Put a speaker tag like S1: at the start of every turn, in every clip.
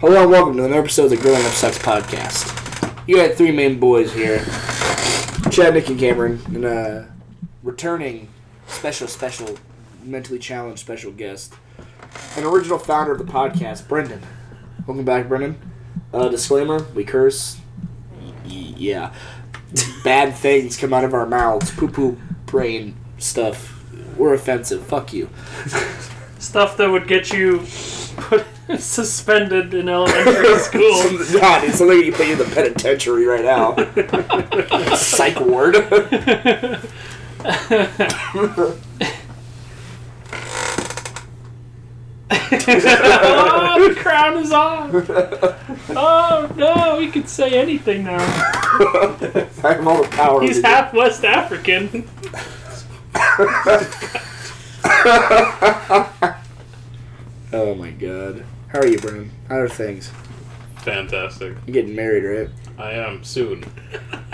S1: Hello and welcome to another episode of the Growing Up Sucks podcast. You had three main boys here Chad, Nick, and Cameron, and uh, returning special, special, mentally challenged special guest, an original founder of the podcast, Brendan. Welcome back, Brendan. Uh, disclaimer we curse. Y- y- yeah. Bad things come out of our mouths. Poo poo brain stuff. We're offensive. Fuck you.
S2: stuff that would get you put, suspended in elementary school.
S1: God, it's something you put you in the penitentiary right now. Psych ward.
S2: oh, the crown is off. Oh no, he can say anything now.
S1: I have all the power.
S2: He's
S1: to do-
S2: half West African.
S1: Oh my god. How are you, Brennan? How are things?
S3: Fantastic.
S1: You're getting married, right?
S3: I am soon.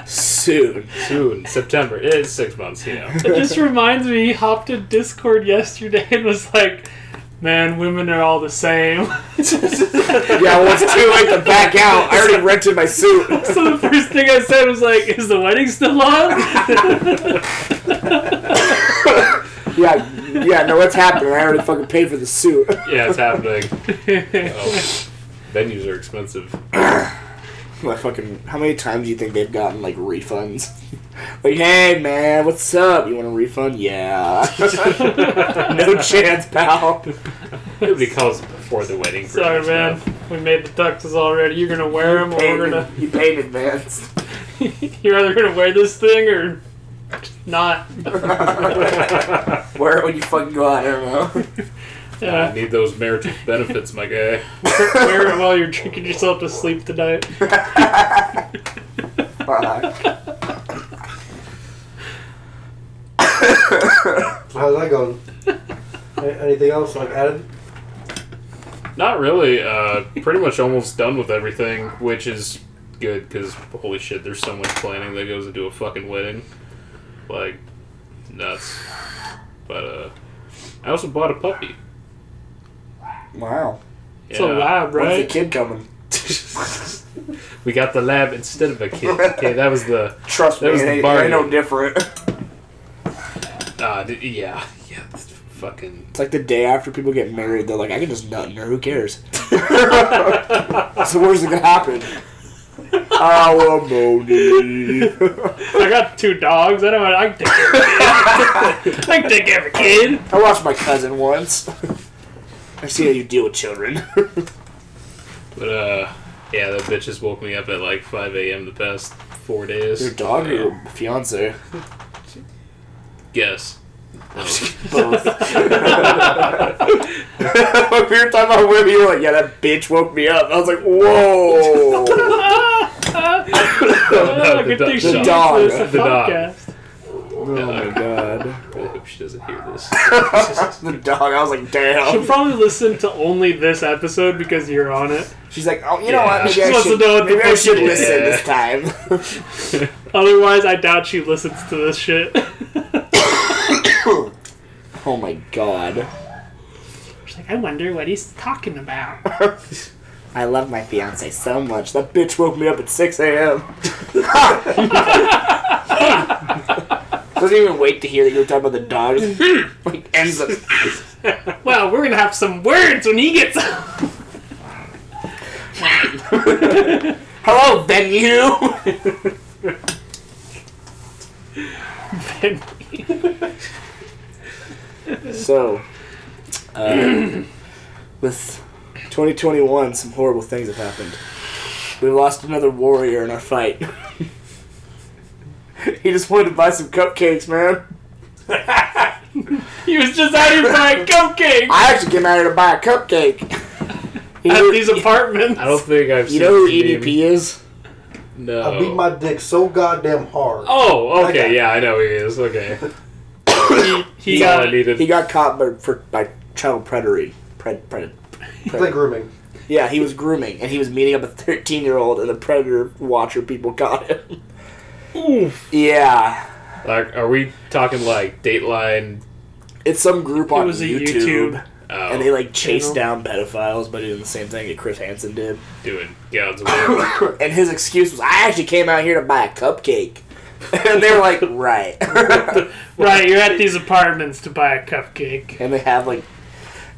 S1: Soon.
S3: Soon. September It is six months, you know.
S2: It just reminds me. He hopped in Discord yesterday and was like, "Man, women are all the same."
S1: Yeah, well, it's too late to back out. I already rented my suit.
S2: So the first thing I said was like, "Is the wedding still on?"
S1: Yeah, yeah, no, what's happening? I already fucking paid for the suit.
S3: Yeah, it's happening. Oh, venues are expensive.
S1: My fucking. How many times do you think they've gotten, like, refunds? Like, hey, man, what's up? You want a refund? Yeah. no chance, pal.
S3: Nobody calls before the wedding. for
S2: Sorry,
S3: this
S2: man.
S3: stuff.
S2: We made the tuxes already. You're gonna wear them, or
S1: Paid
S2: we're
S1: in-
S2: gonna.
S1: You paid in advance.
S2: You're either gonna wear this thing or not.
S1: Where would you fucking go out? I don't know.
S3: I
S2: Yeah,
S3: need those marital benefits, my guy.
S2: wear it while you're drinking yourself to sleep tonight.
S1: Fuck.
S4: How's that going? A- Anything else like added?
S3: Not really. Uh, pretty much almost done with everything, which is good because holy shit, there's so much planning that goes into a fucking wedding. Like, nuts. But uh, I also bought a puppy.
S1: Wow.
S2: It's a lab,
S1: When's the
S2: right?
S1: kid coming?
S3: we got the lab instead of a kid. Okay, that was the
S1: Trust
S3: That
S1: me,
S3: was the
S1: they, they
S3: bargain.
S1: know different. It's
S3: uh, d- yeah, yeah, that's fucking.
S1: like the day after people get married, they're like, I can just nut in her, who cares? so where's it gonna happen? Alimony.
S2: I got two dogs. I don't. know. I can take care of a kid. I can take care of a kid.
S1: I watched my cousin once. I see how you deal with children.
S3: But uh, yeah, that bitch has woke me up at like 5 a.m. the past four days.
S1: your dog or
S3: Uh,
S1: your fiance?
S3: Yes.
S1: Both.
S2: Ah,
S1: When we were talking about women, you were like, yeah, that bitch woke me up. I was like, whoa.
S2: Oh,
S3: the
S2: good thing
S3: dog-
S2: she
S3: the
S1: dog.
S2: dog. This
S3: The dog.
S2: podcast.
S1: Oh my god.
S3: I hope she doesn't hear this.
S1: the dog. I was like,
S2: She'll
S1: damn.
S2: probably listen to only this episode because you're on it.
S1: She's like, oh, you know what? Maybe
S3: Yeah. She
S1: I
S2: wants
S1: should,
S2: to know what the
S1: maybe I
S2: fuck
S1: should
S2: it
S1: listen
S3: is.
S1: this time.
S2: Otherwise, I doubt she listens to this shit.
S1: oh my god.
S2: She's like, I wonder what he's talking about.
S1: I love my fiance so much. That bitch woke me up at 6 a.m. Doesn't even wait to hear that you were talking about the dog. Just like ends up.
S2: Well, we're gonna have some words when he gets up.
S1: Hello, venue. so, uh, with 2021, some horrible things have happened. We lost another warrior in our fight. he just wanted to buy some cupcakes, man.
S2: He was just out here buying cupcakes
S1: I actually came out here to buy a cupcake. You
S2: at
S1: know,
S2: these apartments.
S3: I don't think I've
S1: you
S3: seen
S1: know who
S3: the name.
S1: EDP is?
S3: No.
S4: I beat my dick so goddamn hard.
S3: oh, okay,
S4: Okay.
S3: yeah, I know who he is. Okay.
S2: He, he
S3: That's all I
S2: got
S3: needed.
S1: He got caught by, for, by child predators. Pred, pred,
S4: It's like grooming.
S1: yeah, he was grooming, and he was meeting up a 13 year old, and the predator watcher people got him.
S2: Oof.
S1: Yeah.
S3: Like, are we talking like Dateline?
S1: It's some group on
S2: was a
S1: YouTube.
S2: YouTube.
S3: Oh,
S1: and they like chased
S4: You
S1: down pedophiles by doing the same thing that Chris Hansen did.
S3: doing God's will.
S1: and his excuse was, "I actually came out here to buy a cupcake," and they were like, "Right."
S2: Right, you're at these apartments to buy a cupcake.
S1: and they have like,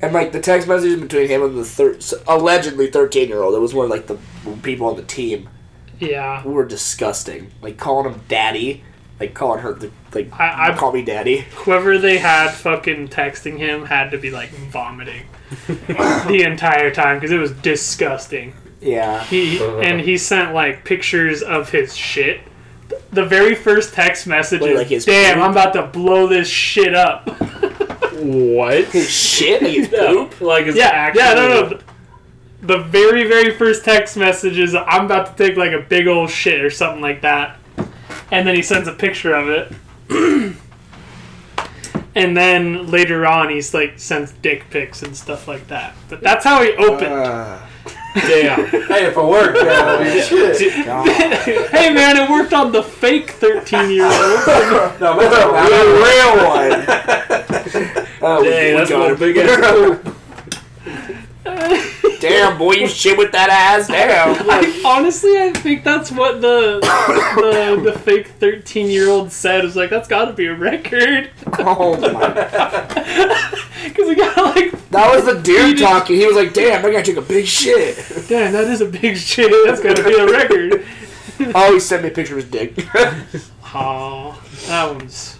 S1: and like the text messages between him and the thir- s- allegedly thirteen year old. It was one of like the people on the team
S2: Yeah.
S1: who were disgusting, like calling him daddy, like calling her the, like
S2: I- I-
S1: call me daddy.
S2: Whoever they had fucking texting him had to be like vomiting the entire time because it was disgusting.
S1: Yeah,
S2: He and he sent like pictures of his shit. The very first text message
S1: Wait,
S2: is,
S1: like his
S2: "Damn,
S1: poop?
S2: I'm about to blow this shit up."
S3: what?
S1: his shit, like his
S3: Yeah.
S1: poop.
S3: Like it's
S2: yeah,
S3: actually
S2: yeah, no, no. The very, very first text message is, "I'm about to take like a big old shit" or something like that, and then he sends a picture of it. and then later on, he's like sends dick pics and stuff like that. But that's how he opened.
S1: Uh,
S3: Damn.
S4: Hey, if it worked, yeah, I mean, shit.
S1: God.
S2: hey man, it worked on the fake thirteen-year-old.
S4: No, but that's not
S1: The real one. Oh, we-
S3: Dang,
S1: we
S3: that's
S1: got
S3: my
S1: him.
S3: big ass poop.
S1: Damn, boy, you shit with that ass. Damn.
S2: I, honestly, I think that's what the the, the fake thirteen-year-old said. Is like that's got to be a record
S1: Oh my.
S2: because he got like
S1: That was the
S2: He
S1: dude
S2: just-
S1: talking. He was like, "Damn, I gotta take a big shit."
S2: Damn, that is a big shit. That's gonna be a record.
S1: Oh, he sent me a picture of his dick.
S2: Aw, that one's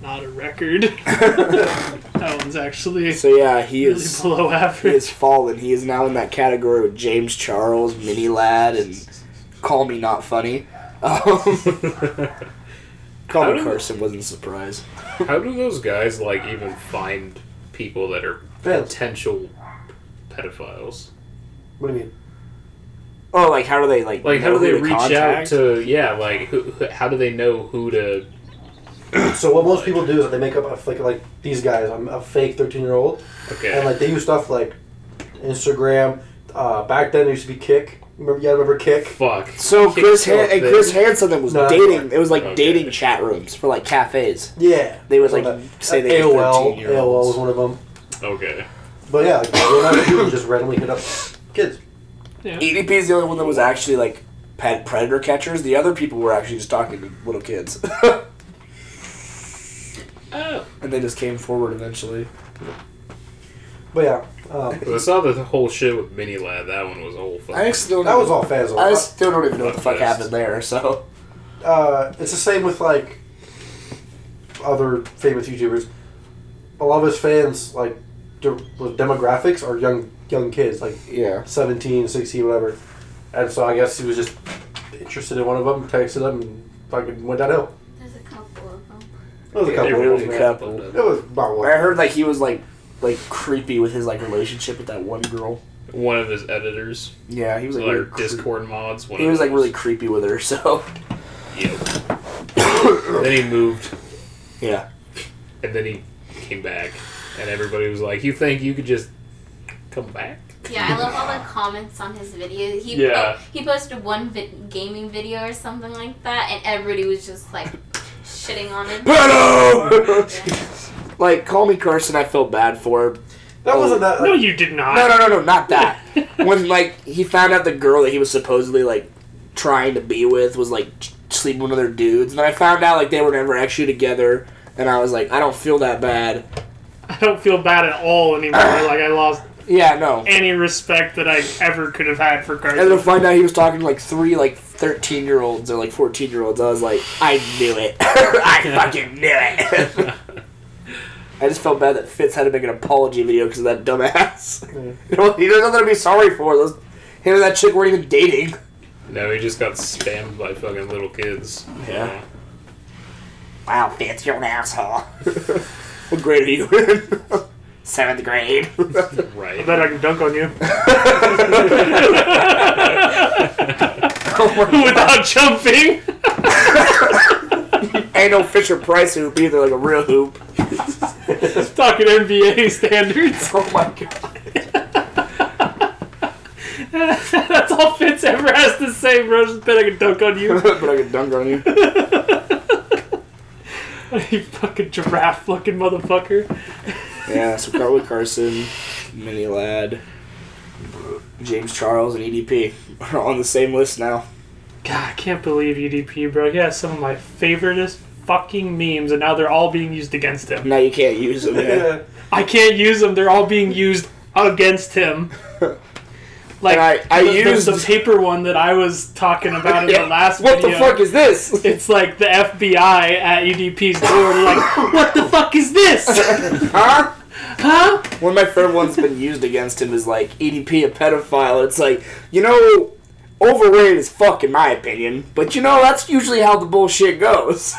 S2: not a record. that one's actually
S1: so yeah, he
S2: really
S1: is
S2: below
S1: he
S2: average.
S1: is fallen. He is now in that category with James Charles, Mini Lad, and Call Me Not Funny. Um, Call Me
S3: do-
S1: Carson wasn't a surprise.
S3: How do those guys like even find people that are
S4: Fails.
S3: potential pedophiles?
S4: What do you mean?
S1: Oh, like how do they like?
S3: Like, how
S1: know
S3: do they
S1: who to
S3: reach out
S1: contact?
S3: to? Yeah, like who, who- how do they know who to?
S4: So what most people do is they make up a fake, like these guys, I'm a fake 13 year old, and
S3: Okay,
S4: like they use stuff like Instagram. Uh, back then it used to be Kick. Remember, yeah, remember Kick?
S3: fuck.
S1: So
S3: Kick
S1: Chris Han-
S3: yourself,
S1: and
S3: bitch.
S1: Chris Hansen then was
S4: No, that's
S1: dating.
S4: fine.
S1: It was like
S3: Okay.
S1: dating chat rooms for like cafes.
S4: Yeah,
S1: They would
S4: So
S1: like
S4: that-
S1: say they were
S4: AOL.
S1: 13 year
S4: AOL was
S1: olds.
S4: one of them.
S3: Okay,
S4: But yeah, like, what I would do is just randomly hit up kids.
S1: EDP E is the only one that was actually like pet predator catchers. The other people were actually just talking to little kids,
S2: Oh,
S1: and they just came forward eventually.
S4: But yeah, um,
S3: 'Cause I saw the whole shit with Mini Lad. That one was a whole fucking.
S1: I still
S4: that was all Faisal.
S1: I still don't even know what the fuck
S3: Fuck fest.
S1: happened there. So
S4: uh, it's the same with like other famous YouTubers. A lot of his fans, like de- with demographics, are young young kids, like
S1: yeah,
S4: 17, 16, whatever. And so I guess he was just interested in one of them, texted them, and fucking went downhill.
S5: There's a couple of them.
S4: It was a
S3: Yeah,
S4: couple.
S3: there
S4: of
S3: was
S4: them,
S3: a
S4: man.
S1: couple.
S4: It was about
S1: I
S4: one.
S1: heard like he was like like creepy with his like relationship with that one girl.
S3: One of his editors,
S1: Yeah, he was like
S3: like
S1: really creep-
S3: Discord mods. One
S1: He
S3: of
S1: was like
S3: those.
S1: really creepy with her. So
S3: Yep. then he moved,
S1: yeah,
S3: and then he came back, and everybody was like, "You think you could just come back?"
S5: Yeah, I love all the comments on his video. He po-
S3: Yeah.
S5: he posted one vid- gaming video or something like that, and everybody was just like shitting on it.
S1: pedo.
S5: Yeah.
S1: like call me Carson. I feel bad for her.
S4: That wasn't that.
S2: no, you did not.
S1: No, no, no, no, not that. when like he found out the girl that he was supposedly like trying to be with was like ch- sleeping with other dudes, and I found out like they were never actually together, and I was like, I don't feel that bad.
S2: I don't feel bad at all anymore. like I lost
S1: Yeah, no.
S2: any respect that I ever could have had for
S1: And then
S2: Carson.
S1: to find out he was talking to like three like thirteen year olds or like fourteen year olds, I was like, I knew it. I fucking knew it. I just felt bad that Fitz had to make an apology video because of that dumbass. you know, he doesn't have to be sorry for. Those, him and that chick weren't even dating.
S3: No, he just got spammed by fucking little kids.
S1: Yeah. Wow, Fitz, you're an asshole. what grade are you in? Oh Seventh grade.
S2: I
S3: Right.
S2: bet I can dunk on you without jumping.
S1: Ain't no Fisher Price hoop either, like a real hoop.
S2: Talking NBA standards.
S1: Oh my god.
S2: That's all Fitz ever has to say, bro. Just bet I can dunk on you.
S1: but I could dunk on you.
S2: you fucking giraffe looking motherfucker.
S1: Yeah, so Carla Carson. Mini Lad, James Charles, and EDP are all on the same list now.
S2: God, I can't believe UDP, bro. He has some of my favoriteest fucking memes, and now they're all being used against him.
S1: Now you can't use them. Yeah.
S4: Yeah.
S2: I can't use them. They're all being used against him. Like
S1: And I- I
S2: the, the-
S1: used-
S2: the paper one that I was talking about in the last
S1: what
S2: video.
S1: the fuck is this?
S2: It's like the FBI at UDP's door. They're like, what the fuck is this?
S1: huh?
S2: Huh?
S1: One of my favorite ones that's been used against him is like EDP a pedophile. It's like you know, overrated as fuck in my opinion. But you know that's usually how the bullshit goes.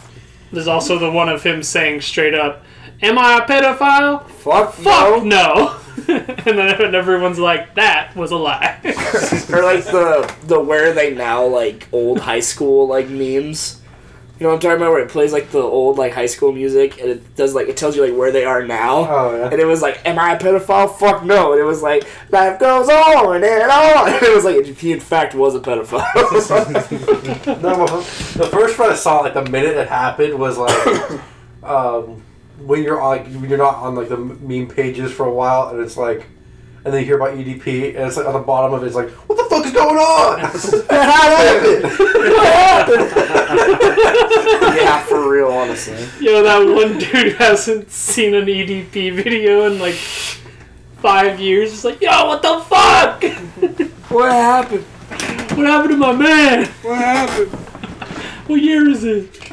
S2: There's also the one of him saying straight up, "Am I a pedophile?
S1: fuck,
S2: Fuck
S1: no.
S2: no." and then everyone's like, "That was a lie."
S1: or like the the where are they now like old high school like memes. You know what I'm talking about? Where it plays like the old like high school music and it does like it tells you like where they are now.
S4: Oh, yeah.
S1: And it was like, "Am I a pedophile? Fuck no!" And it was like, "Life goes on and on." And it was like, he in fact was a pedophile.
S4: No, the first one I saw, like the minute it happened, was like um, when you're on, like when you're not on like the meme pages for a while, and it's like, and then you hear about EDP, and it's like on the bottom of it, it's like, what the fuck is going on?
S1: What happened? What
S4: happened?
S1: yeah, for real, honestly.
S2: Yo, that one dude hasn't seen an EDP video in like five years. It's like, yo, what the fuck?
S1: What happened?
S2: what happened to my man?
S1: What happened?
S2: What year is it?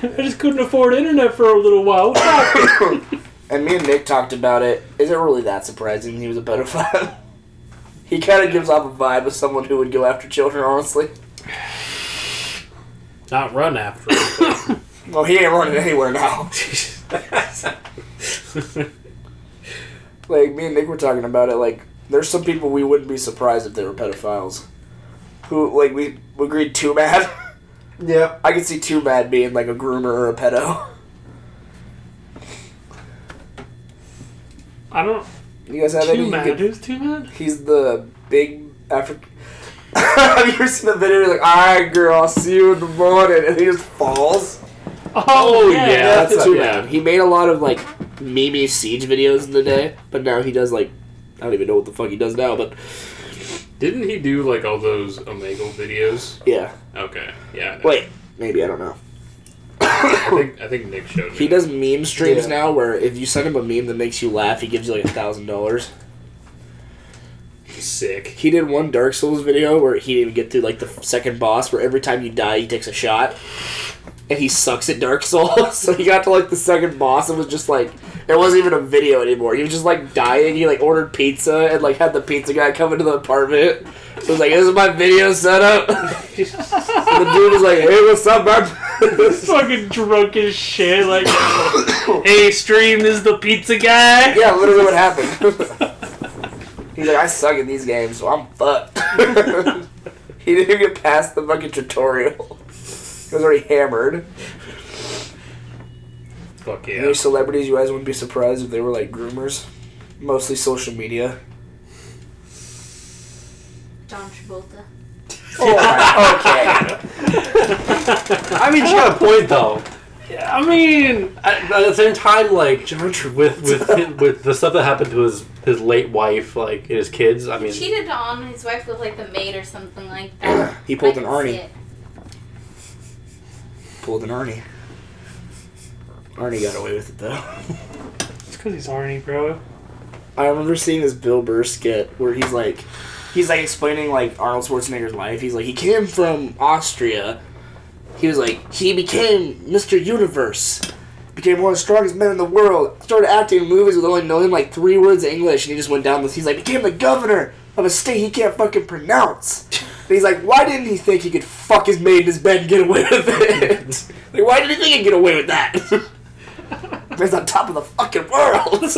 S2: I just couldn't afford internet for a little while. What's up?
S1: And me and Nick talked about it. Is it really that surprising he was a pedophile? he kind of gives off a vibe of someone who would go after children, honestly.
S3: Not run after. it.
S1: Well, he ain't running anywhere now. like me and Nick were talking about it. Like, there's some people we wouldn't be surprised if they were pedophiles. Who like we agreed too mad.
S4: yeah,
S1: I could see too mad being like a groomer or a pedo.
S2: I don't.
S1: You guys have any?
S2: Too
S1: you
S2: mad.
S1: could-
S2: Who's too mad?
S1: he's the big African. have you ever seen the video? He's like, all right, girl, I'll see you in the morning, and he just falls.
S2: Oh,
S3: yeah.
S1: Yeah, that's
S3: that's
S1: too
S3: a-
S1: bad.
S3: yeah.
S1: He made a lot of like meme siege videos in the day, but now he does like I don't even know what the fuck he does now, but
S3: Didn't he do like all those Omegle videos?
S1: yeah.
S3: Okay, yeah. I know.
S1: Wait, maybe I don't know.
S3: I think I think Nick showed me.
S1: He does meme streams
S4: Yeah.
S1: now where if you send him a meme that makes you laugh, he gives you like a thousand dollars.
S3: sick.
S1: He did one Dark Souls video where he didn't even get through like the second boss, where every time you die, he takes a shot, and he sucks at Dark Souls. so he got to like the second boss and was just like, it wasn't even a video anymore. He was just like dying. He like ordered pizza and like had the pizza guy come into the apartment. So he's like, "This is my video setup." and the dude was like, "Hey, what's up, man?"
S2: Fucking drunk as shit. Like, hey, stream this is the pizza guy.
S1: yeah, literally what happened. he's like, "I suck at these games, so I'm fucked." he didn't even get past the fucking tutorial. He was already hammered.
S3: Fuck
S1: Any
S3: yeah.
S1: celebrities you guys wouldn't be surprised if they were like groomers? Mostly social media.
S5: John Travolta.
S1: Oh, okay.
S4: I mean, she got a point though.
S2: I mean,
S4: At, but at the same time, like
S1: John Travolta.
S4: with with him, with the stuff that happened to his his late wife, like and his kids. I mean,
S5: Cheated on his wife with like the maid or something like that.
S1: He pulled
S5: I
S1: an
S5: can see
S1: Arnie.
S5: it.
S1: Pulled an Arnie. Arnie got away with it though.
S2: it's because he's horny, bro.
S1: I remember seeing this Bill Burr skit where he's like, he's like explaining like Arnold Schwarzenegger's life. He's like, he came from Austria. He was like, he became Mr. Universe, became one of the strongest men in the world. Started acting in movies with only knowing like three words of English, and he just went down this. He's like, became the governor of a state he can't fucking pronounce. And he's like, why didn't he think he could fuck his maid in his bed and get away with it? like, why did he think he could get away with that? He's on top of the fucking world.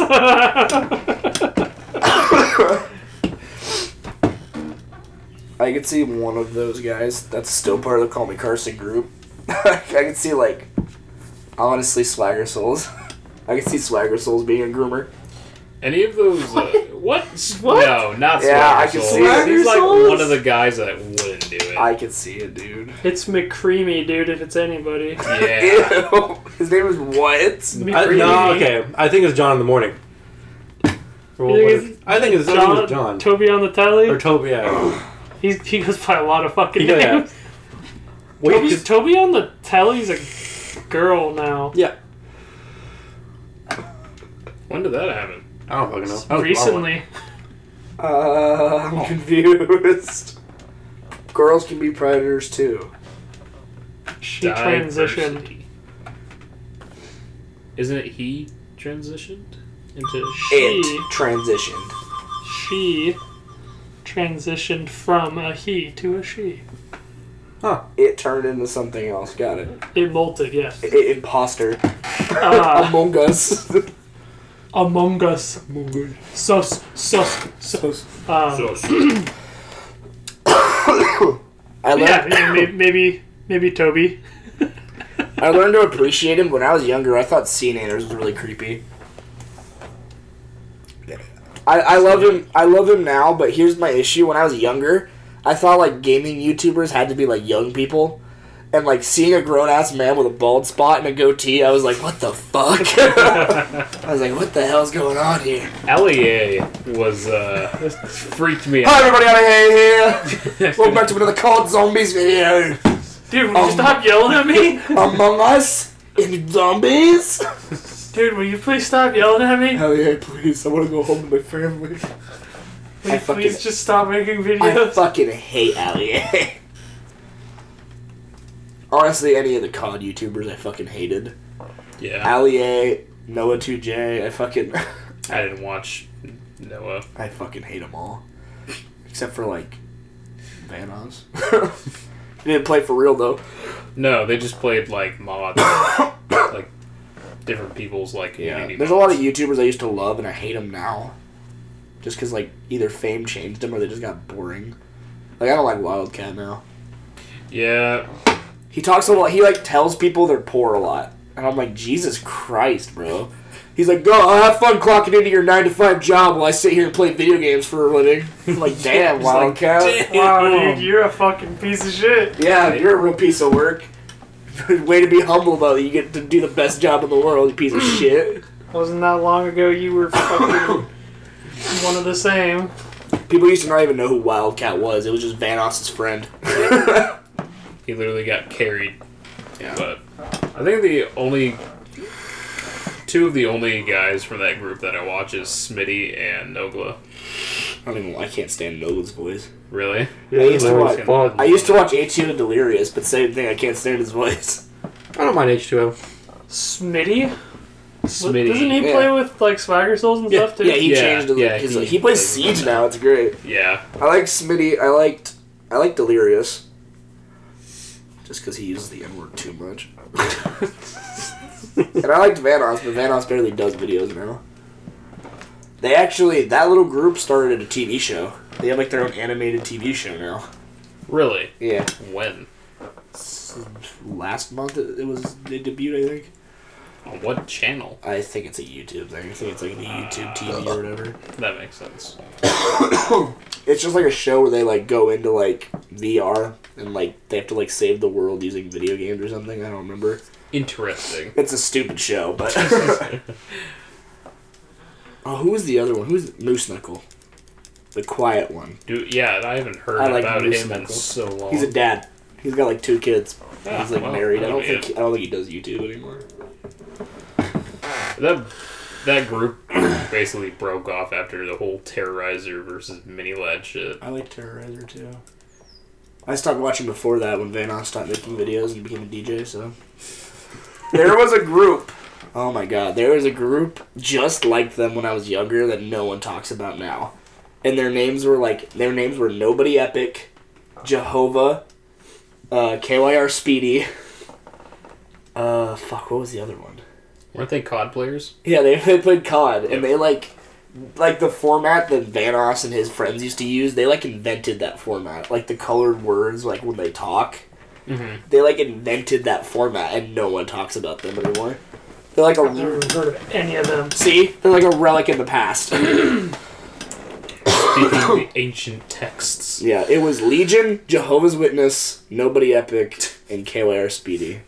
S1: I could see one of those guys that's still part of the Call Me Carson group. I could see like, honestly, Swagger Souls. I could see Swagger Souls being a groomer.
S3: Any of those? Uh, what?
S2: What?
S3: No, not
S1: Yeah,
S3: Swagger
S1: I can
S3: Souls.
S1: see it.
S3: He's like
S2: Swagger
S3: one
S2: Souls?
S3: of the guys that wouldn't do it.
S1: I could see it, dude.
S2: It's McCreamy, dude, if it's anybody.
S3: yeah.
S1: Ew. His name is what?
S4: I, no, okay. I think it's John in the morning. Well,
S2: You think
S4: what-
S2: it's
S4: I think it's I think
S2: John,
S4: it's John.
S2: Toby on the telly.
S4: or Toby, yeah.
S2: He's, he goes by a lot of fucking
S4: Yeah, yeah.
S2: names.
S4: Wait,
S2: Toby's,
S4: 'cause-
S2: Toby on the telly's a girl now.
S4: yeah.
S3: When did that happen?
S4: I don't fucking know. Oh, That was
S2: Recently,
S1: Uh, I'm confused. Girls can be predators too.
S2: she transitioned.
S3: Diversity. Isn't it he transitioned into?
S2: She
S1: transitioned.
S2: she transitioned from a he to a she.
S1: It turned into something else. Got it.
S2: It molted. Yes.
S1: I- I- imposter.
S2: Uh,
S1: Among Us.
S2: Among Us. Sus. Sus. Sus. Um,
S3: Oh, So-
S1: I learned,
S2: yeah, yeah, may- maybe maybe Toby.
S1: I learned to appreciate him when I was younger. I thought C-Nanners was really creepy. I, I love him. I love him now, but here's my issue. When I was younger, I thought like gaming YouTubers had to be like young people, and like seeing a grown ass man with a bald spot and a goatee, I was like, what the fuck? I was like, what the hell's going on here?
S3: Lea E was uh, freaked me out.
S1: Hi everybody, out of here. Welcome back to another Called Zombies video.
S2: Dude, will
S1: Um,
S2: you stop yelling at me?
S1: Among Us in zombies.
S2: Dude, will you please stop yelling at me?
S1: Hell yeah, please. I want to go home to my family.
S2: Will you
S1: fucking-
S2: please just stop making
S1: I
S2: videos?
S1: fucking hate Allie. Honestly, any of the COD YouTubers I fucking hated.
S3: Yeah,
S1: Allie, Noah2J, I fucking.
S3: I didn't watch Noah.
S1: I fucking hate them all. Except for, like, Vanoz. he didn't play for real, though.
S3: No, they just played like mods, like different people's like.
S1: Yeah.
S3: community
S1: There's a lot of
S3: mods.
S1: YouTubers I used to love, and I hate them now. Just because, like, either fame changed them or they just got boring. Like, I don't like Wildcat now.
S3: Yeah,
S1: He talks a lot. He like tells people they're poor a lot, and I'm like, Jesus Christ, bro. He's like, go I'll have fun clocking into your nine to five job while I sit here and play video games for a living. I'm like, damn,
S3: He's like,
S1: wildcat.
S3: "Damn."
S2: Wow, Oh,
S1: Um.
S2: dude, you're a fucking piece of shit.
S1: Yeah, you're a real piece of work. Way to be humble about it. You get to do the best job in the world, you piece of shit.
S2: Wasn't that long ago you were fucking one of the same.
S1: People used to not even know who Wildcat was. It was just Vanoss's friend.
S3: he literally got carried.
S1: Yeah.
S3: But I think the only two of the only guys from that group that I watch is Smitty and Nogla.
S1: I don't even. I can't stand Nolan's voice.
S3: Really?
S4: Yeah,
S1: I used to watch-
S4: Larry's fun.
S1: I used to watch ATO Delirious, but same thing. I can't stand his voice.
S4: I don't mind H2O.
S2: Smitty? What-
S3: Smitty.
S2: Doesn't he
S1: Yeah.
S2: play with like Swagger Souls and
S4: Yeah,
S2: stuff too?
S1: Yeah, he
S3: Yeah,
S1: changed. Delir-
S3: yeah,
S1: his,
S3: he-
S1: he plays Siege now. It's great.
S3: Yeah.
S1: I like Smitty. I liked. I like Delirious. Just because he uses the N word too much. and I liked Vanoss, but Vanoss barely does videos now. They actually that little group started a TV show. They have like their own animated TV show now.
S3: Really?
S1: Yeah.
S3: When?
S1: Last month it, it was they debuted. I think.
S3: On what channel?
S1: I think it's a YouTube thing. I think it's like the YouTube TV or whatever.
S3: That makes sense.
S1: It's just like a show where they like go into like VR and like they have to like save the world using video games or something. I don't remember.
S3: Interesting.
S1: It's a stupid show, but oh, who was the other one? Who's Moose Knuckle? The quiet one.
S3: Dude, yeah, and I haven't heard
S1: I like
S3: about
S1: Moose
S3: him in
S1: Knuckle.
S3: so long.
S1: He's a dad. He's got like two kids.
S3: Oh. Ah,
S1: He's like
S3: well,
S1: married. I
S3: that'll
S1: don't
S3: be
S1: think
S3: it.
S1: I don't think he does YouTube anymore.
S3: that that group basically broke off after the whole Terrorizer versus Mini Lad shit.
S1: I like Terrorizer too. I stopped watching before that when Vanoss stopped making videos and became a DJ. So there was a group. Oh my god, there was a group just like them when I was younger that no one talks about now, and their names were like their names were Nobody Epic, Jehovah, uh, KYR Speedy. Uh, fuck, what was the other one?
S3: Weren't they COD players?
S1: Yeah, they, they played COD, and they like like the format that Vanoss and his friends used to use. They like invented that format, like the colored words, like when they talk.
S3: Mhm.
S1: They like invented that format, and no one talks about them anymore. They're like
S2: I've never
S1: a
S2: heard of any of them.
S1: see, they're like a relic in the past.
S3: Speaking of the ancient texts.
S1: yeah, it was Legion, Jehovah's Witness, Nobody Epic, and KYR Speedy,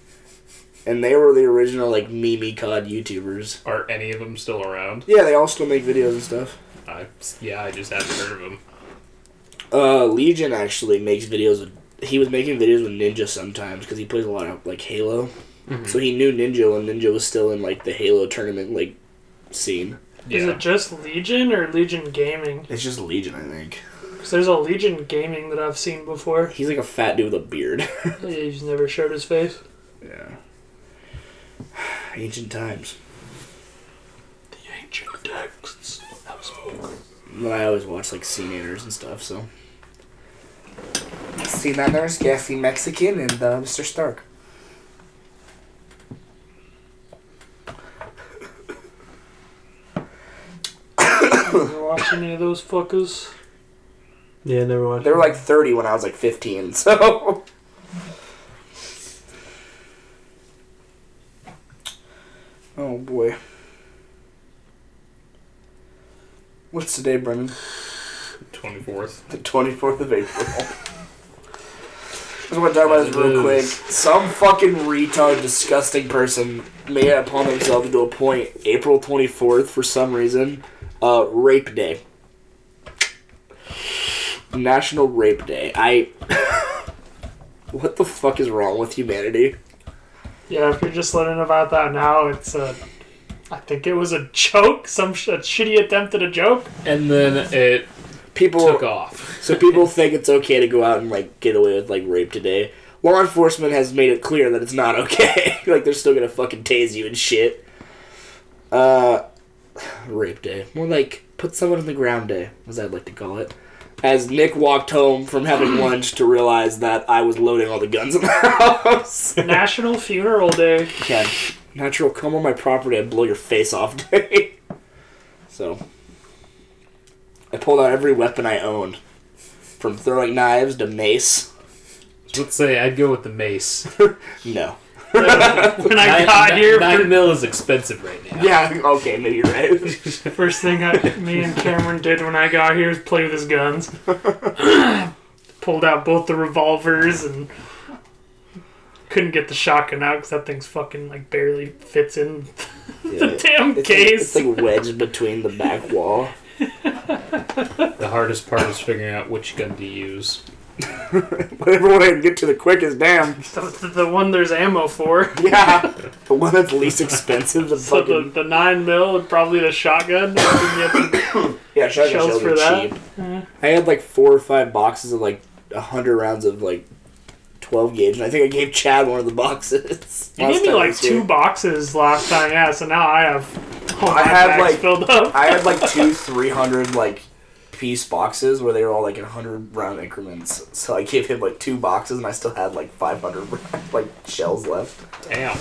S1: and they were the original like meme COD YouTubers.
S3: Are any of them still around?
S1: Yeah, they all still make videos and stuff.
S3: I yeah, I just haven't heard of him.
S1: Uh, Legion actually makes videos. With, he was making videos with Ninja sometimes because he plays a lot of like Halo. So he knew Ninja when Ninja was still in like the Halo tournament like scene.
S2: Is
S3: Yeah,
S2: it just Legion or Legion Gaming?
S1: It's just Legion, I think.
S2: Because there's a Legion Gaming that I've seen before.
S1: He's like a fat dude with a beard.
S2: He's never showed his face.
S1: yeah. Ancient times.
S2: The ancient texts. have spoken.
S1: But I always watch like CNNers and stuff. So. CNNers, gassy Mexican, and uh, Mr. Stark.
S2: Never watched any of those fuckers.
S4: Yeah, never watched.
S1: They were like 30 when I was like 15, so. oh boy. What's today, Brendan?
S3: twenty fourth.
S1: The 24th of April. I just want to talk about this
S3: Yes, it
S1: real quick.
S3: is.
S1: Some fucking retard, disgusting person made it upon themselves to appoint April 24th for some reason, uh, Rape Day. National Rape Day. I. what the fuck is wrong with humanity?
S2: Yeah, if you're just learning about that now, it's a. I think it was a joke. Some sh- a shitty attempt at a joke.
S3: And then it
S1: People.
S3: took off.
S1: So people think it's okay to go out and like get away with like rape today. Law enforcement has made it clear that it's not okay. like they're still gonna fucking tase you and shit. Uh, rape day. More like put someone on the ground day, as I'd like to call it. As Nick walked home from having lunch to realize that I was loading all the guns in the house.
S2: National Funeral Day.
S1: Yeah, natural come on my property and blow your face off day. so I pulled out every weapon I owned. From throwing knives to mace.
S3: Let's say I'd go with the mace.
S1: No.
S2: When I got here,
S3: nine
S2: fir-
S3: mil is expensive right now.
S1: Yeah, okay, maybe you're right.
S2: first thing I, me and Cameron did when I got here is play with his guns. Pulled out both the revolvers and couldn't get the shotgun out because that thing's fucking like barely fits in the damn
S1: It's like, it's
S2: case.
S1: like wedged between the back wall.
S3: The hardest part is figuring out which gun to use.
S1: Whatever one I can get to the quickest, damn.
S2: the, the- the one there's ammo for.
S1: Yeah. the one that's least expensive, the
S2: So the,
S1: fucking.
S2: the nine mil and probably the shotgun. You can get-
S1: Yeah, shotgun
S2: shells
S1: shells
S2: for
S1: are
S2: that?
S1: cheap. I had like four or five boxes of like 100 rounds of like 12 gauge, and I think I gave Chad one of the boxes.
S2: You
S1: Last
S2: gave me
S1: time he
S2: like
S1: was
S2: two
S1: here.
S2: boxes last time, yeah. So now I have. All my
S1: I have,
S2: bags
S1: like-
S2: filled up.
S1: I had like two, three hundred like piece boxes where they were all like in hundred round increments. So I gave him like two boxes, and I still had like five hundred like shells left,
S3: Damn.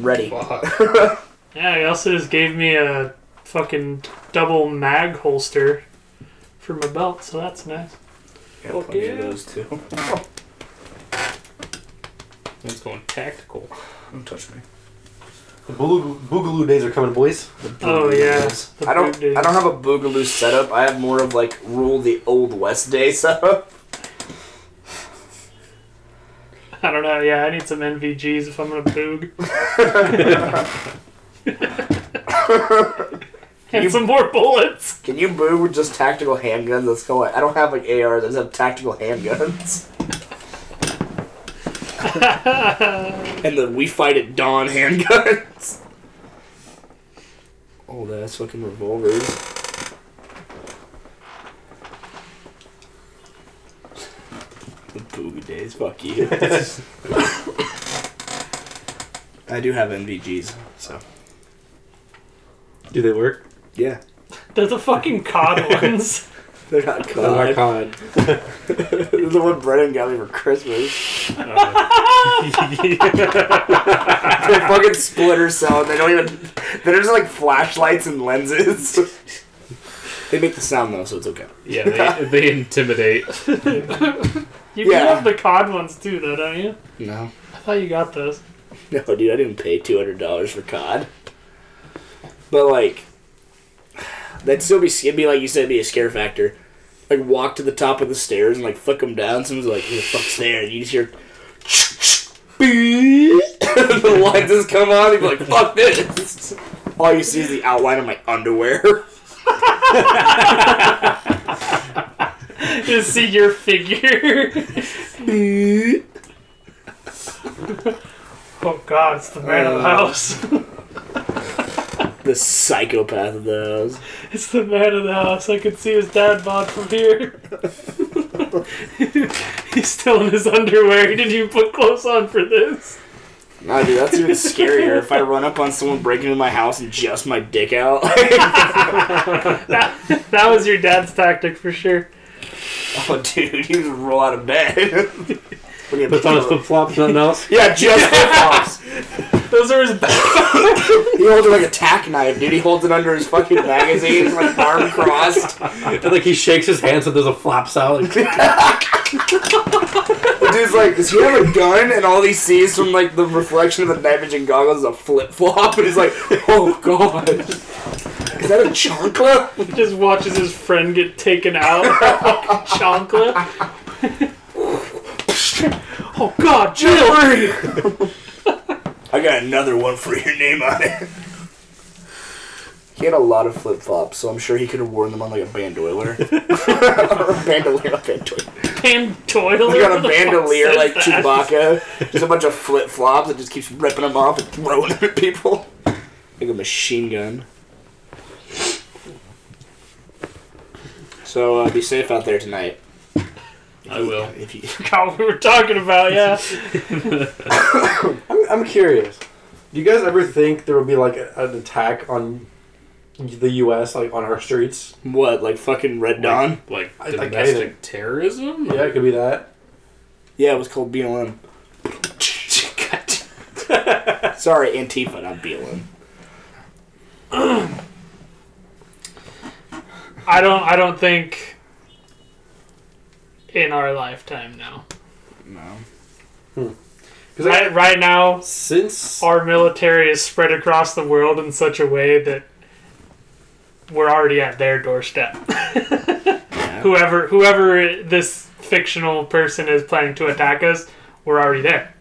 S1: ready.
S3: Fuck.
S2: Yeah, he also just gave me a fucking double mag holster for my belt, so that's nice.
S1: Yeah,
S2: Fuck
S1: plenty of
S2: yeah.
S1: those too.
S3: It's going tactical.
S1: Don't touch me.
S4: The Boogaloo, Boogaloo days are coming, boys.
S2: Oh yeah, the
S1: I don't.
S2: big dude.
S1: I don't have a boogaloo setup. I have more of like rule the old west day setup.
S2: I don't know. Yeah, I need some NVGs if I'm gonna boog. and some more bullets.
S1: Can you boog with just tactical handguns? That's cool. I don't have like ARs. I just have tactical handguns. and the we fight at dawn handguns. Old ass Oh, fucking revolvers. The boogie days, fuck you. I do have NVGs, so
S4: Do they work?
S1: yeah,
S2: They're the fucking COD ones.
S1: they're not
S4: Oh my
S1: colored.
S4: god.
S1: the one Brennan got me for Christmas. They're fucking splitter cell. They don't even. They're just like flashlights and lenses. they make the sound though, so it's okay.
S3: Yeah, they, they intimidate.
S2: You do
S1: Yeah.
S2: have the COD ones too, though, don't you?
S1: No.
S2: I thought you got those.
S1: No, dude, I didn't pay two hundred dollars for COD. But like, that'd still be it'd be like you said, it'd be a scare factor. Like walk to the top of the stairs and like flick them down. Someone's like, "Who the fuck's there?" And you just hear, the lights just come on. You're like, "Fuck this!" All you see is the outline of my underwear.
S2: Just see your figure. oh god, it's the man of the
S1: Uh.
S2: house.
S1: the psychopath of those.
S2: It's the man of the house. I could see his dad bod from here. He's still in his underwear. He didn't even put clothes on for this.
S1: Nah, dude, that's even scarier. if I run up on someone breaking into my house and just my dick out.
S2: That, that was your dad's tactic for sure.
S1: oh, dude, you just roll out of bed.
S4: Puts on his flip flops, nothing else.
S1: yeah, just flip flops.
S2: Those are his
S1: He holds it like a tack knife, dude. He holds it under his fucking magazine, like arm crossed.
S4: And like he shakes his hand so there's a flops out. Like,
S1: The dude's like, does he have a gun? And all he sees from like the reflection of the night vision goggles is a flip flop, and he's like, oh god. Is that a chancla?
S2: just watches his friend get taken out. Chancla. oh god, Jill!
S1: I got another one for your name on it. He had a lot of flip flops, so I'm sure he could have worn them on like a bandolier. or a bandolier, a bandolier.
S2: Pantoiler.
S1: He got
S2: Who
S1: a
S2: the fuck
S1: bandolier
S2: says
S1: like
S2: that?
S1: Chewbacca. Just a bunch of flip flops that just keeps ripping them off and throwing them at people. Like a machine gun. So uh, be safe out there tonight.
S3: I will.
S1: If you,
S2: God, we were talking about, yeah.
S4: I'm, I'm curious. Do you guys ever think there would be like a, an attack on the U.S. like on our streets?
S1: what, like fucking Red Dawn?
S3: Like
S4: I- I get
S3: domestic terrorism?
S4: Yeah, it could be that.
S1: Yeah, it was called BLM. Sorry, Antifa, not BLM.
S2: I don't I don't think in our lifetime now.
S1: No.
S4: Because
S2: Right, right now
S4: since
S2: our military is spread across the world in such a way that we're already at their doorstep. whoever whoever this fictional person is planning to attack us, we're already there.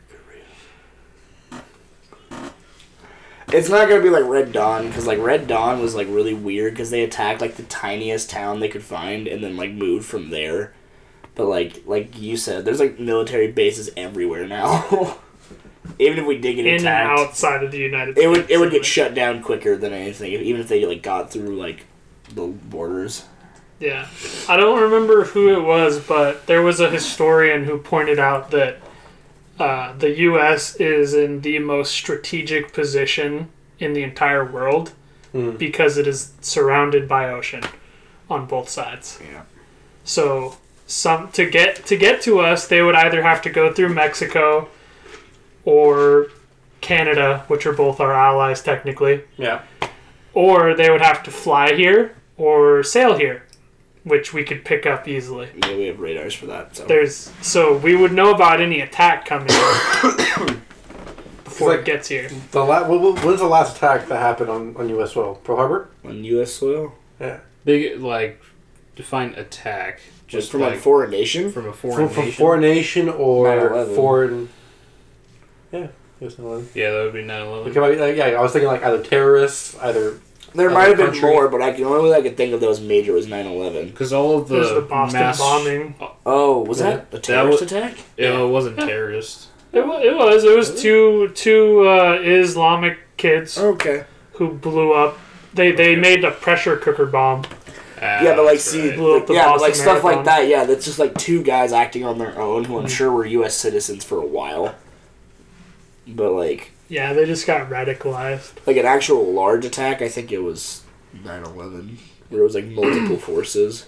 S1: It's not gonna be like Red Dawn because like Red Dawn was like really weird because they attacked like the tiniest town they could find and then like moved from there. But like like you said, there's like military bases everywhere now. even if we did get
S2: In and
S1: attacked,
S2: outside of the United States.
S1: it would it would get
S2: Like,
S1: shut down quicker than anything. Even if they like got through like the borders.
S2: Yeah. I don't remember who it was, but there was a historian who pointed out that uh, the U.S. is in the most strategic position in the entire world because it is surrounded by ocean on both sides.
S1: Yeah.
S2: So some to get to get to us, they would either have to go through Mexico or Canada, which are both our allies technically
S4: yeah,
S2: or they would have to fly here or sail here, which we could pick up easily.
S1: Yeah, we have radars for that. So
S2: There's so we would know about any attack coming before
S4: like-
S2: it gets here.
S4: the la- wh- wh- when's the last attack that happened on, on U.S. soil? Pearl Harbor.
S1: on U.S. soil,
S4: Yeah,
S3: Big like define attack
S1: just
S3: just
S1: from
S3: like,
S1: like foreign nation.
S3: from a
S4: from,
S3: foreign
S4: from
S3: nation.
S4: foreign nation or
S1: 9/11.
S4: foreign. Yeah, yes, no
S3: Yeah, that would be 9/11.
S4: Okay, like, yeah, I was thinking like either terrorists, either
S1: There
S4: Other
S1: might have been
S4: country.
S1: more, but I can only way I could think of that was major was 9-11.
S3: Because all of the,
S2: There's the Boston
S3: mass
S2: bombing.
S1: Oh, was
S4: Yeah.
S1: that a terrorist
S3: was-
S1: attack?
S3: Yeah, it wasn't terrorist.
S2: It, wa- it was it was two two uh, Islamic kids
S1: Oh, Okay.
S2: who blew up. They they made a pressure cooker bomb.
S3: Ah,
S1: Yeah, but like,
S3: that's
S1: see,
S3: right.
S2: Blew up
S1: like,
S2: the
S1: yeah, but
S2: Boston
S1: like stuff like
S2: Marathon. Mm-hmm.
S1: that. Yeah, that's just like two guys acting on their own who I'm sure were U.S. citizens for a while. But like,
S2: Yeah, they just got radicalized.
S1: like an actual large attack, I think it was 9-11, where it was like multiple forces.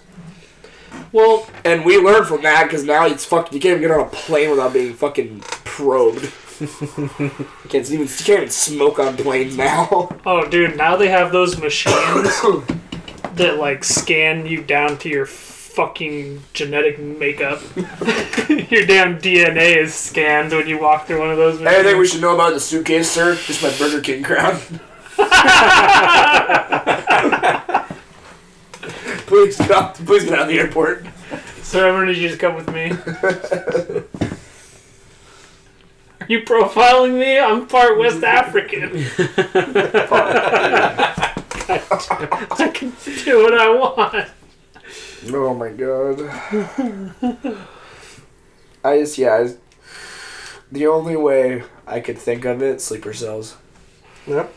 S2: Well,
S1: And we learned from that because now it's fucking. You can't even get on a plane without being fucking probed. you can't even you can't even smoke on planes now.
S2: oh dude, now they have those machines that like scan you down to your fucking genetic makeup. your damn DNA is scanned when you walk through one of those. Machines.
S1: Anything we should know about the suitcase, sir? Just my Burger King crown. please stop. Please get out of the airport.
S2: Sir, I'm gonna need you to come with me. Are you profiling me? I'm part West African. I can do what I want.
S1: Oh my god. I just yeah. I, the only way I could think of it, sleeper cells.
S4: Yep.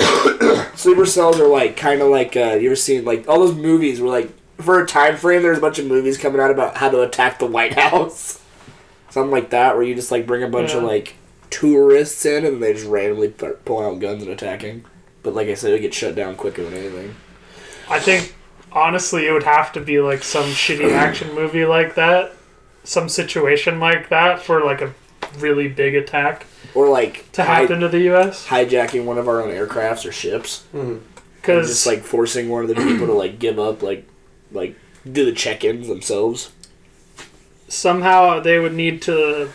S1: Sleeper cells are like kind of like uh, you ever seen like all those movies where like for a time frame there's a bunch of movies coming out about how to attack the White House, something like that where you just like bring a bunch of
S2: Yeah.
S1: like tourists in and they just randomly pu- pull out guns and attacking. But like I said, it get shut down quicker than anything.
S2: I think honestly, it would have to be like some shitty action movie like that, some situation like that for like a really big attack
S1: Or like
S2: to
S1: hi-
S2: happen to the U.S.
S1: hijacking one of our own aircrafts or ships. And
S2: Because
S1: just like forcing one of the people to like give up, like like do the check-ins themselves.
S2: somehow they would need to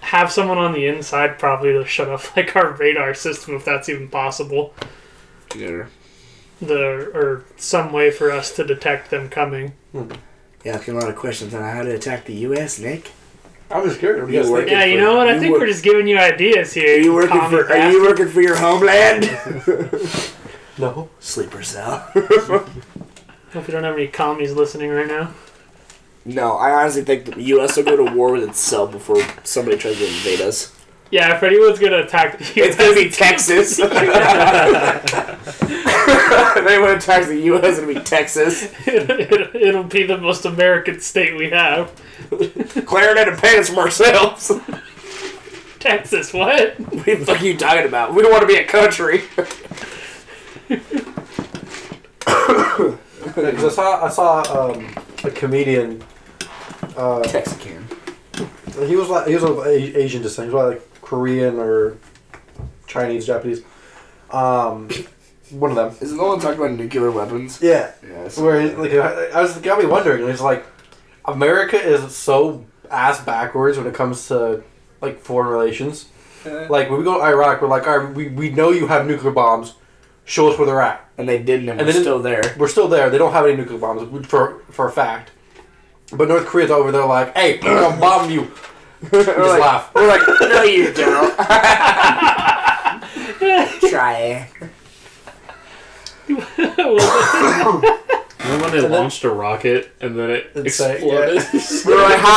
S2: have someone on the inside probably to shut off like our radar system if that's even possible.
S1: Yeah,
S2: The or some way for us to detect them coming.
S1: asking a lot of questions on how to attack the U.S. Nick.
S4: I was scared. What do
S1: You
S4: guys
S1: work
S4: think?
S2: Yeah, you know what? I
S1: You
S2: think
S1: work-
S2: we're just giving you ideas here.
S1: Are you working
S2: commie
S1: for? Are you
S2: bastard.
S1: working for your homeland?
S4: No.
S1: Sleeper cell.
S2: Hope you don't have any commies listening right now.
S1: no, I honestly think the U.S. will go to war with itself before somebody tries to invade us.
S2: Yeah, if anyone's gonna attack the
S1: It's gonna be Texas. they want to attack the U.S. It'll be Texas.
S2: it, it'll be the most American state we have.
S1: Clarinet and pants from ourselves. what
S2: Texas, what?
S1: the fuck are you talking about? We don't want to be a country.
S4: Yeah, 'cause I saw I saw um, a comedian. Uh,
S1: Texican.
S4: he was like he was of A- Asian descent. He was like Korean or Chinese, Japanese. Um, one of them.
S1: Is it the one talking about nuclear weapons?
S4: Yeah.
S1: Yes.
S4: Where he's, like I, I was it got me wondering. It's like America is so ass backwards when it comes to like foreign relations. Like when we go to Iraq, we're like, all right, we, we know you have nuclear bombs. Show us where they're at.
S1: and they didn't, and,
S4: And
S1: we're
S4: then-
S1: still there.
S4: We're still there. They don't have any nuclear bombs which for for a fact. But North Korea's over there like, hey, we're gonna bomb you.
S1: we're,
S4: We just
S1: like,
S4: laugh.
S1: we're like, no, you don't. Try.
S3: Remember when they
S4: then-
S3: launched a rocket and then it
S4: It's like,
S3: exploded?
S1: We're like, ha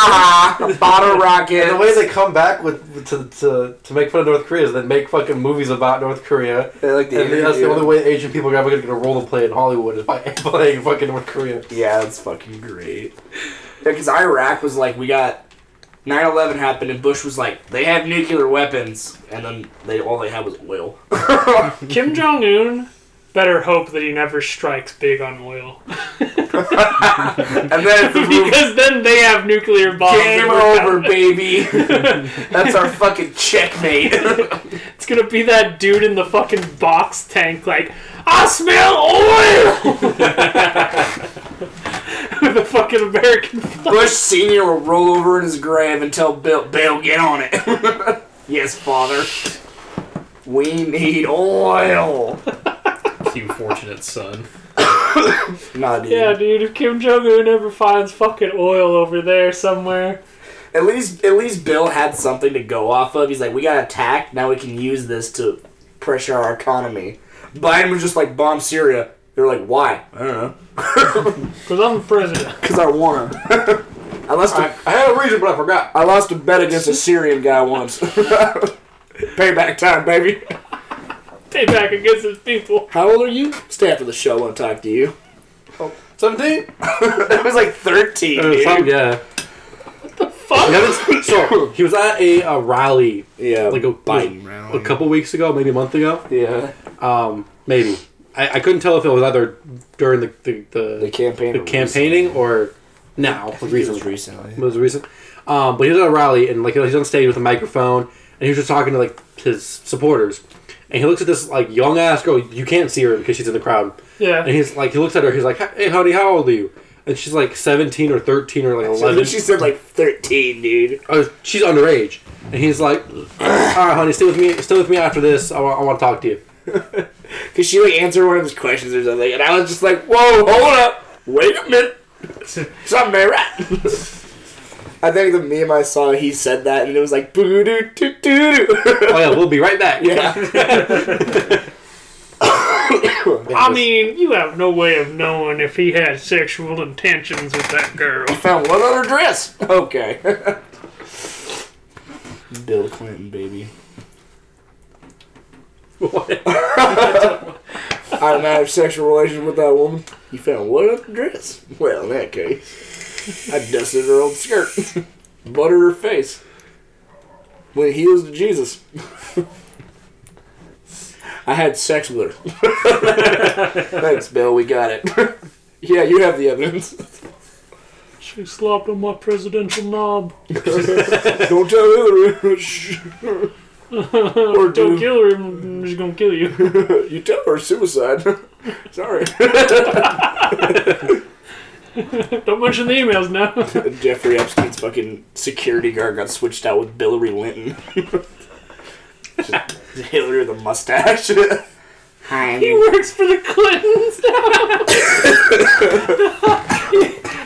S1: ha, bottle rocket.
S4: And the way they come back with to, to, to make fun of North Korea is they make fucking movies about North Korea.
S1: they like
S4: And that's the only way Asian people are ever gonna get a role to play in Hollywood is by playing fucking North Korea.
S1: Yeah, that's fucking great. Because Iraq was like, we got 9 11 happened, and Bush was like, they have nuclear weapons, and then they all they had was oil.
S2: Kim Jong Un better hope that he never strikes big on oil.
S1: And then it's
S2: because then they have nuclear bombs.
S1: game
S2: that work out.
S1: over, baby. that's our fucking checkmate.
S2: It's gonna be that dude in the fucking box tank, like, I smell oil! the fucking American flag.
S1: Bush Senior will roll over in his grave and tell Bill, Bill, get on it. yes, father. We need oil.
S3: you fortunate son.
S1: Nah, dude.
S2: Yeah, dude, if Kim Jong Un ever finds fucking oil over there somewhere,
S1: At least, at least Bill had something to go off of. He's like, we got attacked. Now we can use this to pressure our economy. Biden was just like, bomb Syria. They're like, why? I don't know.
S2: because I'm the president.
S1: Cause I wanna. I lost,
S4: I,
S1: a,
S4: I had a reason, but I forgot.
S1: I lost a bet against a Syrian guy once. Payback time, baby.
S2: Payback against his people.
S1: How old are you? Stay after the show. I want to talk to you.
S4: Seventeen.
S1: I was like thirteen, dude.
S4: Uh, yeah.
S2: Fuck!
S4: so he was at a, uh rally
S1: Yeah,
S4: like a
S1: Biden
S4: a couple weeks ago, maybe a month ago.
S1: Yeah,
S4: Um, maybe I, I couldn't tell if it was either during the the,
S1: the
S4: the,
S1: campaign.
S4: the campaigning or now. for reasons. It
S1: recently.
S4: was recent. Um, but he was at a rally and like he's on stage with a microphone and he was just talking to like his supporters. And he looks at this like young ass girl. You can't see her because she's in the crowd. And
S2: Yeah.
S4: he's like, he looks at her. He's like, "Hey, honey, how old are you?" And she's like seventeen or thirteen or like eleven.
S1: She said like thirteen, dude.
S4: Oh, she's underage. And he's like, all right, honey, stay with me. Stay with me after this. I want to talk to you.
S1: Cause she like answered one of his questions or something, and I was just like, "Whoa, hold up, wait a minute, something ain't right." I think the meme I saw, he said that, and it was like, "Boo doo doo doo doo."
S4: Oh yeah, we'll be right back.
S1: Yeah.
S2: I mean, you have no way of knowing if he had sexual intentions with that girl.
S1: Found one other dress. Okay. Bill Clinton, baby. What? I didn't have sexual relations with that woman. You found one other dress. Well, in that case, I dusted her old skirt, buttered her face, went heels to Jesus. I had sex with her. Thanks, Bill. We got it. yeah, you have the evidence.
S2: She slopped on my presidential knob.
S1: Don't tell Hillary. Shh. or
S2: Don't
S1: do
S2: kill her, I'm just gonna kill you.
S1: you tell her suicide? Sorry,
S2: Don't mention the emails now.
S1: Jeffrey Epstein's fucking security guard got switched out with Hillary Linton. Hillary with a mustache. Hi.
S2: He works for the Clintons now.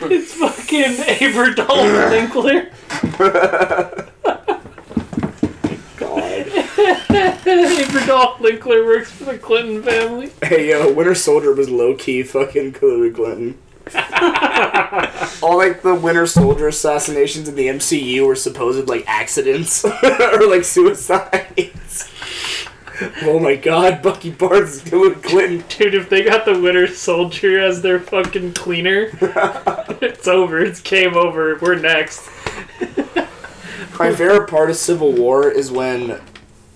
S2: it's fucking Aberdoll Winkler.
S1: God.
S2: Aberdoll Winkler works for the Clinton family.
S1: Hey yo, Winter Soldier was low key fucking Hillary Clinton. All like the Winter Soldier assassinations in the MCU were supposed like accidents or like suicides. oh my God, Bucky Barnes is Hillary Clinton.
S2: Dude, if they got the Winter Soldier as their fucking cleaner, it's over. It's game over. We're next.
S1: My favorite part of Civil War is when.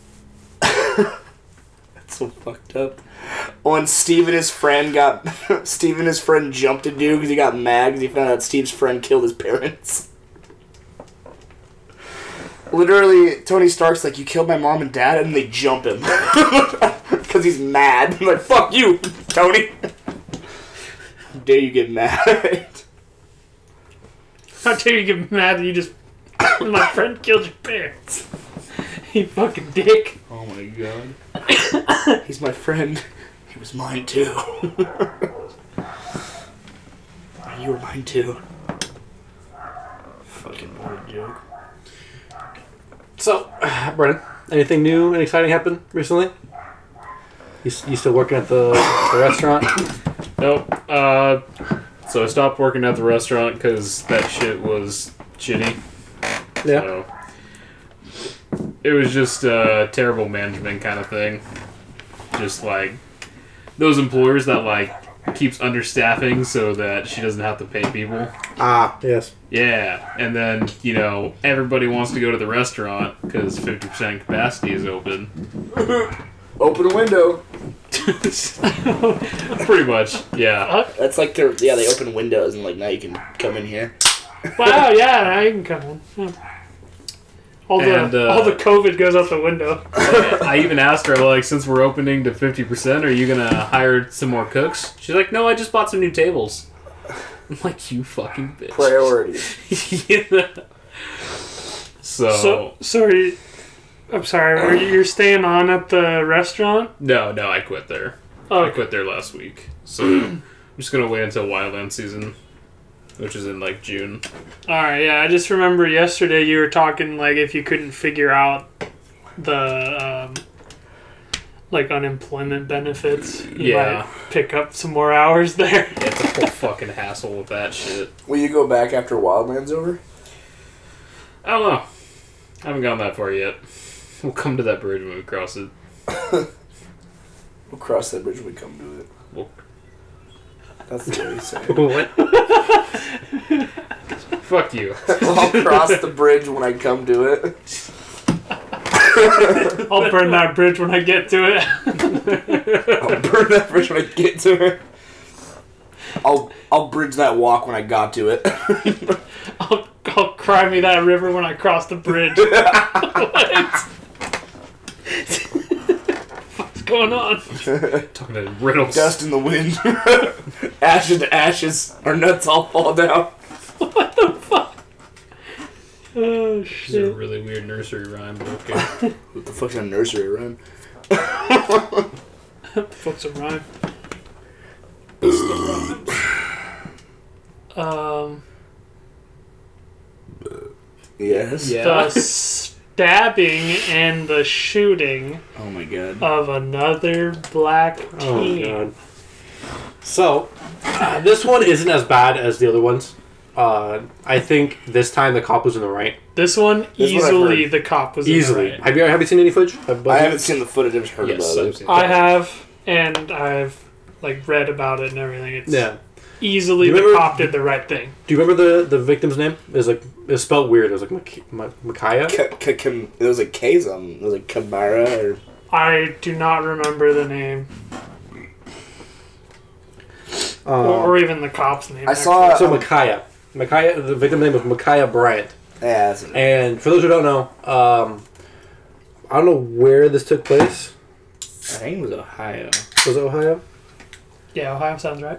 S1: That's so fucked up. When Steve and his friend got. Steve and his friend jumped a dude because he got mad because he found out Steve's friend killed his parents. Literally, Tony Stark's like, You killed my mom and dad, and they jump him. Because he's mad. I'm like, Fuck you, Tony! How dare you get mad?
S2: How dare you get mad that you just. My friend killed your parents. You fucking dick.
S1: Oh my god. He's my friend. He was mine too. you were mine too. Fucking what a joke.
S4: So, Brennan, anything new and exciting happened recently? You, s- you still working at the, the restaurant?
S3: Nope. Uh, so I stopped working at the restaurant because that shit was shitty.
S4: Yeah.
S3: So it was just uh, terrible management kind of thing. Just like those employers that like keeps understaffing so that she doesn't have to pay people.
S4: Ah, yes.
S3: Yeah, and then you know everybody wants to go to the restaurant because fifty percent capacity is open.
S1: Open a window.
S3: Pretty much, yeah.
S1: That's like their yeah, they open windows and like now you can come in here.
S2: Wow, yeah, now you can come in. All the
S3: And, uh,
S2: all the COVID goes out the window.
S3: I even asked her like, since we're opening to fifty percent, are you gonna hire some more cooks? She's like, no, I just bought some new tables. I'm like, you fucking bitch.
S1: Priorities.
S3: Yeah. So,
S2: So sorry, I'm sorry. Were you, you're staying on at the restaurant?
S3: no, no, I quit there.
S2: Oh,
S3: I quit there last week. So I'm just gonna wait until wildland season, which is in like June.
S2: all right. Yeah, I just remember yesterday you were talking like if you couldn't figure out the um, like unemployment benefits, you
S3: Yeah.
S2: might pick up some more hours there.
S3: It's a whole fucking hassle with that shit.
S1: Will you go back after Wildlands over?
S3: I don't know. I haven't gone that far yet. We'll come to that bridge when we cross it.
S1: We'll cross that bridge when we come to it.
S3: We'll-
S1: That's the way you say it.
S4: What?
S3: Fuck you.
S1: I'll cross the bridge when I come to it.
S2: I'll burn that bridge when I get to it.
S1: I'll burn that bridge when I get to it. I'll I'll bridge that walk when I got to it.
S2: I'll, I'll cry me that river when I cross the bridge. what? What's going on?
S3: Talking to riddles.
S1: Dust in the wind. ashes to ashes. Our nuts all fall down.
S2: Oh
S3: This is a
S2: shit!
S3: really weird nursery rhyme, but okay.
S1: What the fuck's a nursery rhyme?
S2: Fuck's a rhyme. Um,
S1: Yes.
S3: Yeah. Uh,
S2: the stabbing and the shooting
S1: Oh my god.
S2: of another black
S4: Oh
S2: teen.
S4: god. So, uh, this one isn't as bad as the other ones. Uh, I think this time the cop was in the right.
S2: This one
S1: That's what I've
S2: easily the cop was in the
S4: Easily.
S2: right.
S4: Have you have you seen any footage? Have both
S1: I
S4: of you?
S1: haven't seen the footage. I've just heard
S3: Yes,
S1: about
S3: I've
S1: it.
S3: seen
S2: I have, and I've like read about it and everything. It's
S4: Yeah.
S2: easily
S4: You
S2: the
S4: remember-
S2: cop did the right thing.
S4: Do you remember the, the victim's name? It was like it's spelled weird. It was like Mik- Mi- Micaiah.
S1: K- K- Kim- it was like K's on. It was like Kabara or
S2: I do not remember the name
S4: Uh,
S2: or even the cop's name.
S1: I saw.
S4: so
S1: um,
S4: Micaiah. Micaiah. The victim's name was Micaiah Bryant.
S1: yeah, that's it.
S4: And for those who don't know, um, I don't know where this took place.
S1: I think it was Ohio.
S4: Was it Ohio?
S2: actually. Yeah, Ohio sounds right.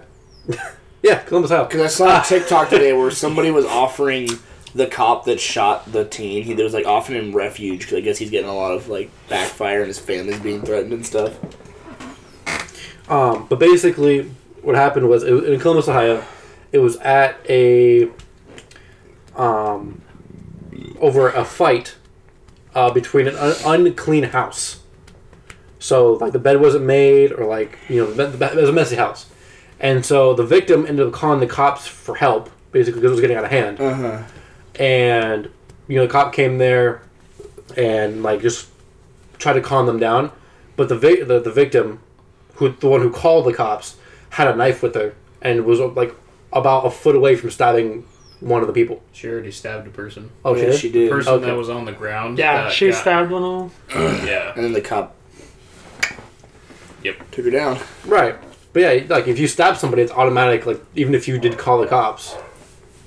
S4: Yeah, Columbus, Ohio.
S1: Because I saw
S3: Ah.
S1: a TikTok today where somebody was offering the cop that shot the teen. He was like offering him refuge because I guess he's getting a lot of like backfire and his family's being threatened and stuff.
S4: Um, but basically, what happened was it, was- in Columbus, Ohio, it was at a um, over a fight uh, between an un- unclean house. So like the bed wasn't made, or like you know, the bed, it was a messy house, and so the victim ended up calling the cops for help, basically because it was getting out of hand.
S1: Uh
S3: Uh-huh.
S1: huh.
S4: and you know the cop came there and like just tried to calm them down but the vi- the, the victim who the one who called the cops had a knife with her and was like about a foot away from stabbing one of the people
S3: She already stabbed a person.
S4: oh
S1: yeah,
S4: shit
S1: she
S3: The
S1: did.
S3: person
S4: Okay.
S3: that was on the ground.
S2: Yeah,
S3: that
S2: she
S3: got-
S2: stabbed one of them.
S3: Yeah.
S1: And then the cop.
S3: Yep.
S1: Took her down.
S4: right but yeah like if you stab somebody it's automatic like even if you did call the cops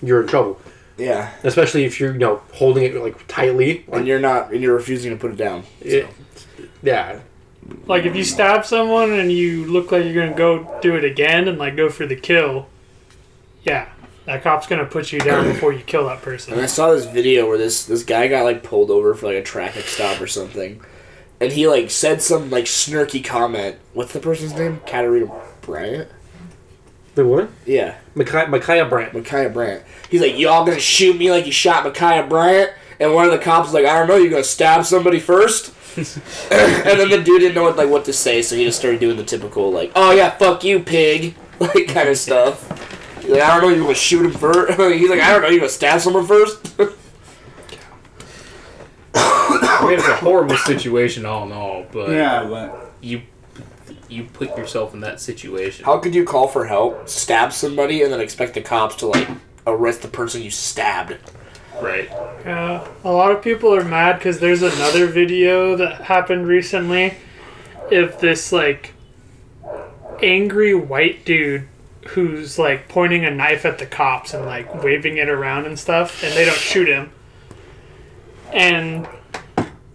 S4: you're in trouble
S1: Yeah.
S4: especially if you're you know holding it like tightly
S1: And
S4: like,
S1: you're not. And you're refusing to put it down.
S4: it, yeah
S2: Like if you stab someone and you look like you're gonna go do it again and like go for the kill, yeah, that cop's gonna put you down before you kill that
S1: And I
S2: person.
S1: saw this video where this this guy got like pulled over for like a traffic stop or something, and he like said some like snarky comment. What's the person's name? Katarina Bryant.
S4: the woman
S1: Yeah,
S4: Micaiah, Micaiah Brandt
S1: Micaiah Bryant. He's like, y'all gonna shoot me like you shot Micaiah Bryant? And one of the cops was like, I don't know, you gonna stab somebody first? and then the dude didn't know what, like what to say, so he just started doing the typical like, oh yeah, fuck you, pig, like kind of stuff. He's like, I don't know, you gonna shoot him first? He's like, I don't know, you gonna stab someone first?
S3: I mean, it's a horrible situation all in all, but
S6: Yeah, but
S3: you you put yourself in that situation.
S1: How could you call for help, stab somebody, and then expect the cops to like arrest the person you stabbed?
S3: Right.
S2: Yeah, a lot of people are mad because there's another video that happened recently. If this like angry white dude who's like pointing a knife at the cops and like waving it around and stuff, and they don't shoot him, and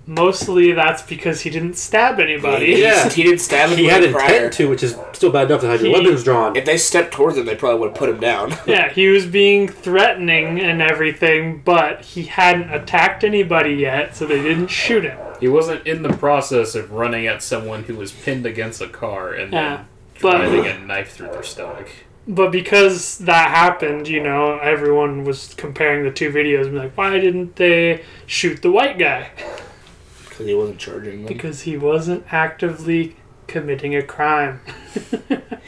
S2: mostly that's because he didn't stab anybody.
S1: He-
S4: Yeah.
S1: he didn't stab
S4: he
S1: anybody
S4: had intent
S1: prior.
S4: to which is still bad enough to have
S2: He-
S4: your weapons drawn
S1: If they stepped towards him, they probably would have put him down.
S2: Yeah, he was being threatening and everything, but he hadn't attacked anybody yet, so they didn't shoot him.
S3: He wasn't in the process of running at someone who was pinned against a car and
S2: Yeah.
S3: then driving
S2: But
S3: a knife through their stomach.
S2: but because that happened, you know, everyone was comparing the two videos and be like, why didn't they shoot the white guy?
S1: Because he wasn't charging them.
S2: Because he wasn't actively committing a crime.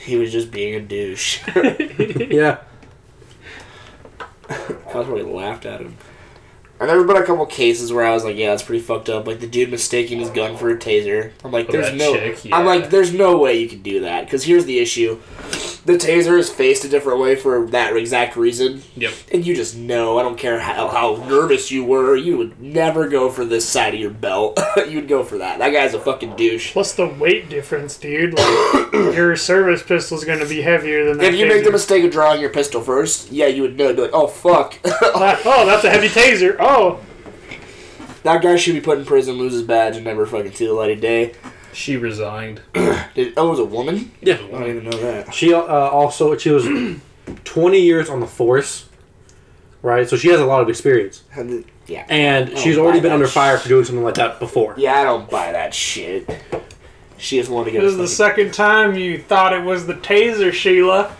S1: He was just being a douche.
S4: yeah
S1: Cosmo laughed at him. And there's been a couple cases where I was like, yeah, that's pretty fucked up. Like the dude mistaking his gun for a taser. I'm like,
S3: Oh,
S1: there's
S3: that
S1: no.
S3: chick, yeah.
S1: I'm like, there's no way you can do that. Because here's the issue: the taser is faced a different way for that exact reason.
S3: Yep.
S1: And you just know. I don't care how, how nervous you were. You would never go for this side of your belt. You'd go for that. That guy's a fucking douche.
S2: Plus the weight difference, dude. Like your service pistol's gonna be heavier than that.
S1: If you make the
S2: taser.
S1: mistake of drawing your pistol first, yeah, you would know. You'd be like, oh fuck,
S2: Oh, that's a heavy taser. Oh,
S1: that guy should be put in prison, lose his badge, and never fucking see the light of day.
S3: She resigned.
S1: Did, oh, it was a woman?
S4: yeah
S1: I don't even know that.
S4: She uh, also she was 20 years on the force, right? So she has a lot of experience,
S1: How did- Yeah.
S4: and
S1: Oh,
S4: she's already
S1: my
S4: been under
S1: gosh.
S4: fire for doing something like that before.
S1: Yeah, I don't buy that shit. She just wanted to get.
S2: this is the
S1: a fucking-
S2: second time you thought it was the taser, Sheila.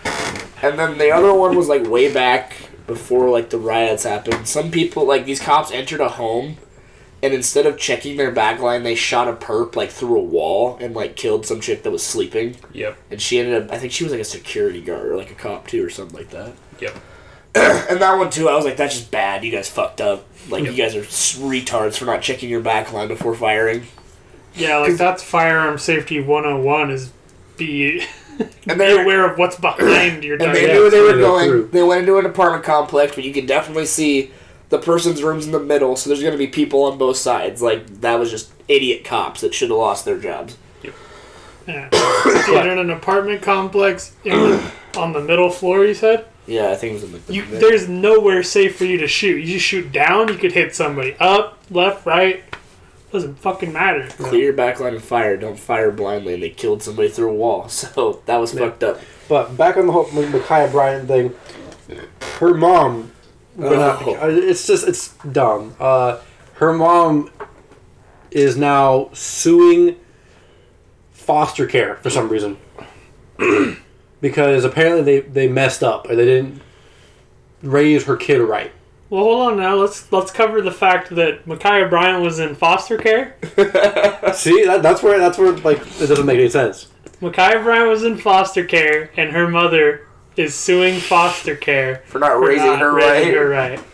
S1: and then the other one was like way back before like the riots happened. Some people like these cops entered a home, and instead of checking their backline, they shot a perp like through a wall and like killed some chick that was sleeping.
S3: Yep.
S1: And she ended up, I think she was like a security guard or like a cop too or something like that.
S3: Yep.
S1: And that one too, I was like, that's just bad. You guys fucked up. Like
S3: Yep.
S1: you guys are s- retards for not checking your backline before firing.
S2: Yeah, like that's firearm safety 101 is be
S1: And
S2: be
S1: they were.
S2: aware of what's behind your
S1: And
S2: gun.
S1: they
S4: Yeah,
S1: knew where they
S4: through
S1: were
S4: the
S1: going.
S4: group.
S1: They went into an apartment complex, but you can definitely see the person's room's in the middle, so there's going to be people on both sides. Like, that was just idiot cops that should have lost their jobs.
S2: Yeah. You're in an apartment complex in the, on the middle floor, you said?
S1: Yeah, I think it was in the.
S2: You, there's nowhere safe for you to shoot. You shoot down, you could hit somebody. Up, left, right. Doesn't fucking matter.
S1: Clear your backline and fire. Don't fire blindly. And they killed somebody through a wall, so that was fucked up.
S4: But back on the whole M- Micaiah Bryant thing, her mom. or not-
S1: Oh.
S4: uh, it's just it's dumb. Uh, her mom is now suing foster care for some reason because apparently they they messed up or they didn't raise her kid right.
S2: Well, hold on now. Let's let's cover the fact that Micaiah Bryant was in foster care.
S4: Uh, See, that, that's where that's where like it doesn't make any sense.
S2: Micaiah Bryant was in foster care, and her mother is suing foster care
S1: For not
S2: for
S1: raising
S2: not
S1: her
S2: raising her
S1: right.
S2: right.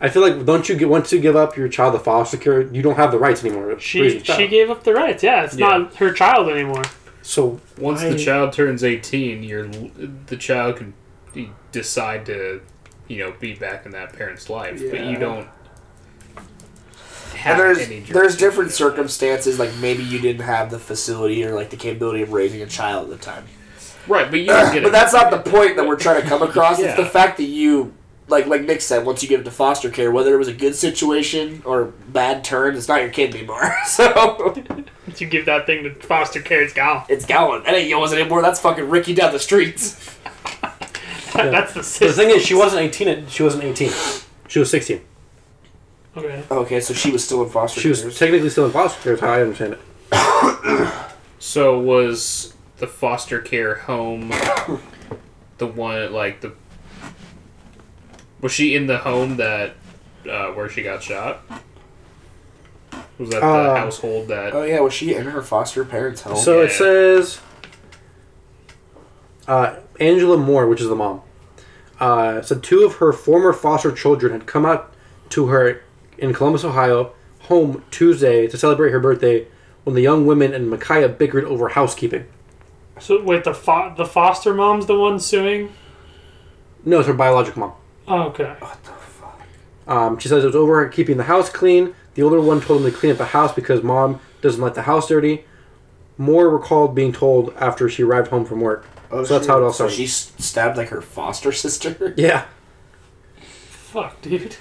S4: I feel like don't you get once you give up your child to foster care, you don't have the rights anymore. Raise
S2: She
S4: your child.
S2: she gave up the rights. Yeah, it's
S3: Yeah.
S2: not her child anymore.
S4: so
S3: Once
S4: I-
S3: the child turns 18, you're, l- the child can be- decide to, you know, be back in that parent's life. But
S1: Yeah.
S3: you don't have
S1: And
S3: any
S1: there's there's different
S3: jurisdiction.
S1: circumstances like maybe you didn't have the facility or like the capability of raising a child at the time.
S3: Right, but you don't get
S1: But
S3: a-
S1: that's not the point that we're trying to come across. It's the
S3: Yeah.
S1: fact that you, like like Nick said, once you give it to foster care, whether it was a good situation or bad turn, it's not your kid anymore. So
S2: Once you give that thing to foster care, it's gone.
S1: it's gone. That ain't yours anymore. That's fucking Ricky down the streets.
S4: Yeah.
S2: That's the
S4: the
S2: system.
S4: thing is, she wasn't eighteen. at- She wasn't eighteen. She was sixteen.
S2: Okay.
S1: Okay, so she was still in foster
S4: She
S1: care.
S4: was technically still in foster care, is how I understand it.
S3: So was the foster care home the one like the was she in the home that uh, where she got shot? Was that
S4: Uh,
S1: Um,
S3: the household that?
S1: oh yeah, was she in her foster parents' home?
S4: So it
S3: yeah.
S4: says uh, Angela Moore, which is the mom, uh, said two of her former foster children had come out to her in Columbus, Ohio, home Tuesday to celebrate her birthday when the young women and Micaiah bickered over housekeeping.
S2: So wait, the fo- the foster mom's the one suing. Oh,
S4: No, it's her biological mom.
S2: Okay.
S1: what the fuck?
S4: Um, she says it was over her keeping the house clean. The older one told him to clean up the house because mom doesn't like the house dirty. Moore recalled being told after she arrived home from work.
S1: Oh,
S4: So that's
S1: shit.
S4: how it all
S1: So
S4: started.
S1: she s- stabbed like her foster sister.
S4: Yeah.
S2: Fuck, dude.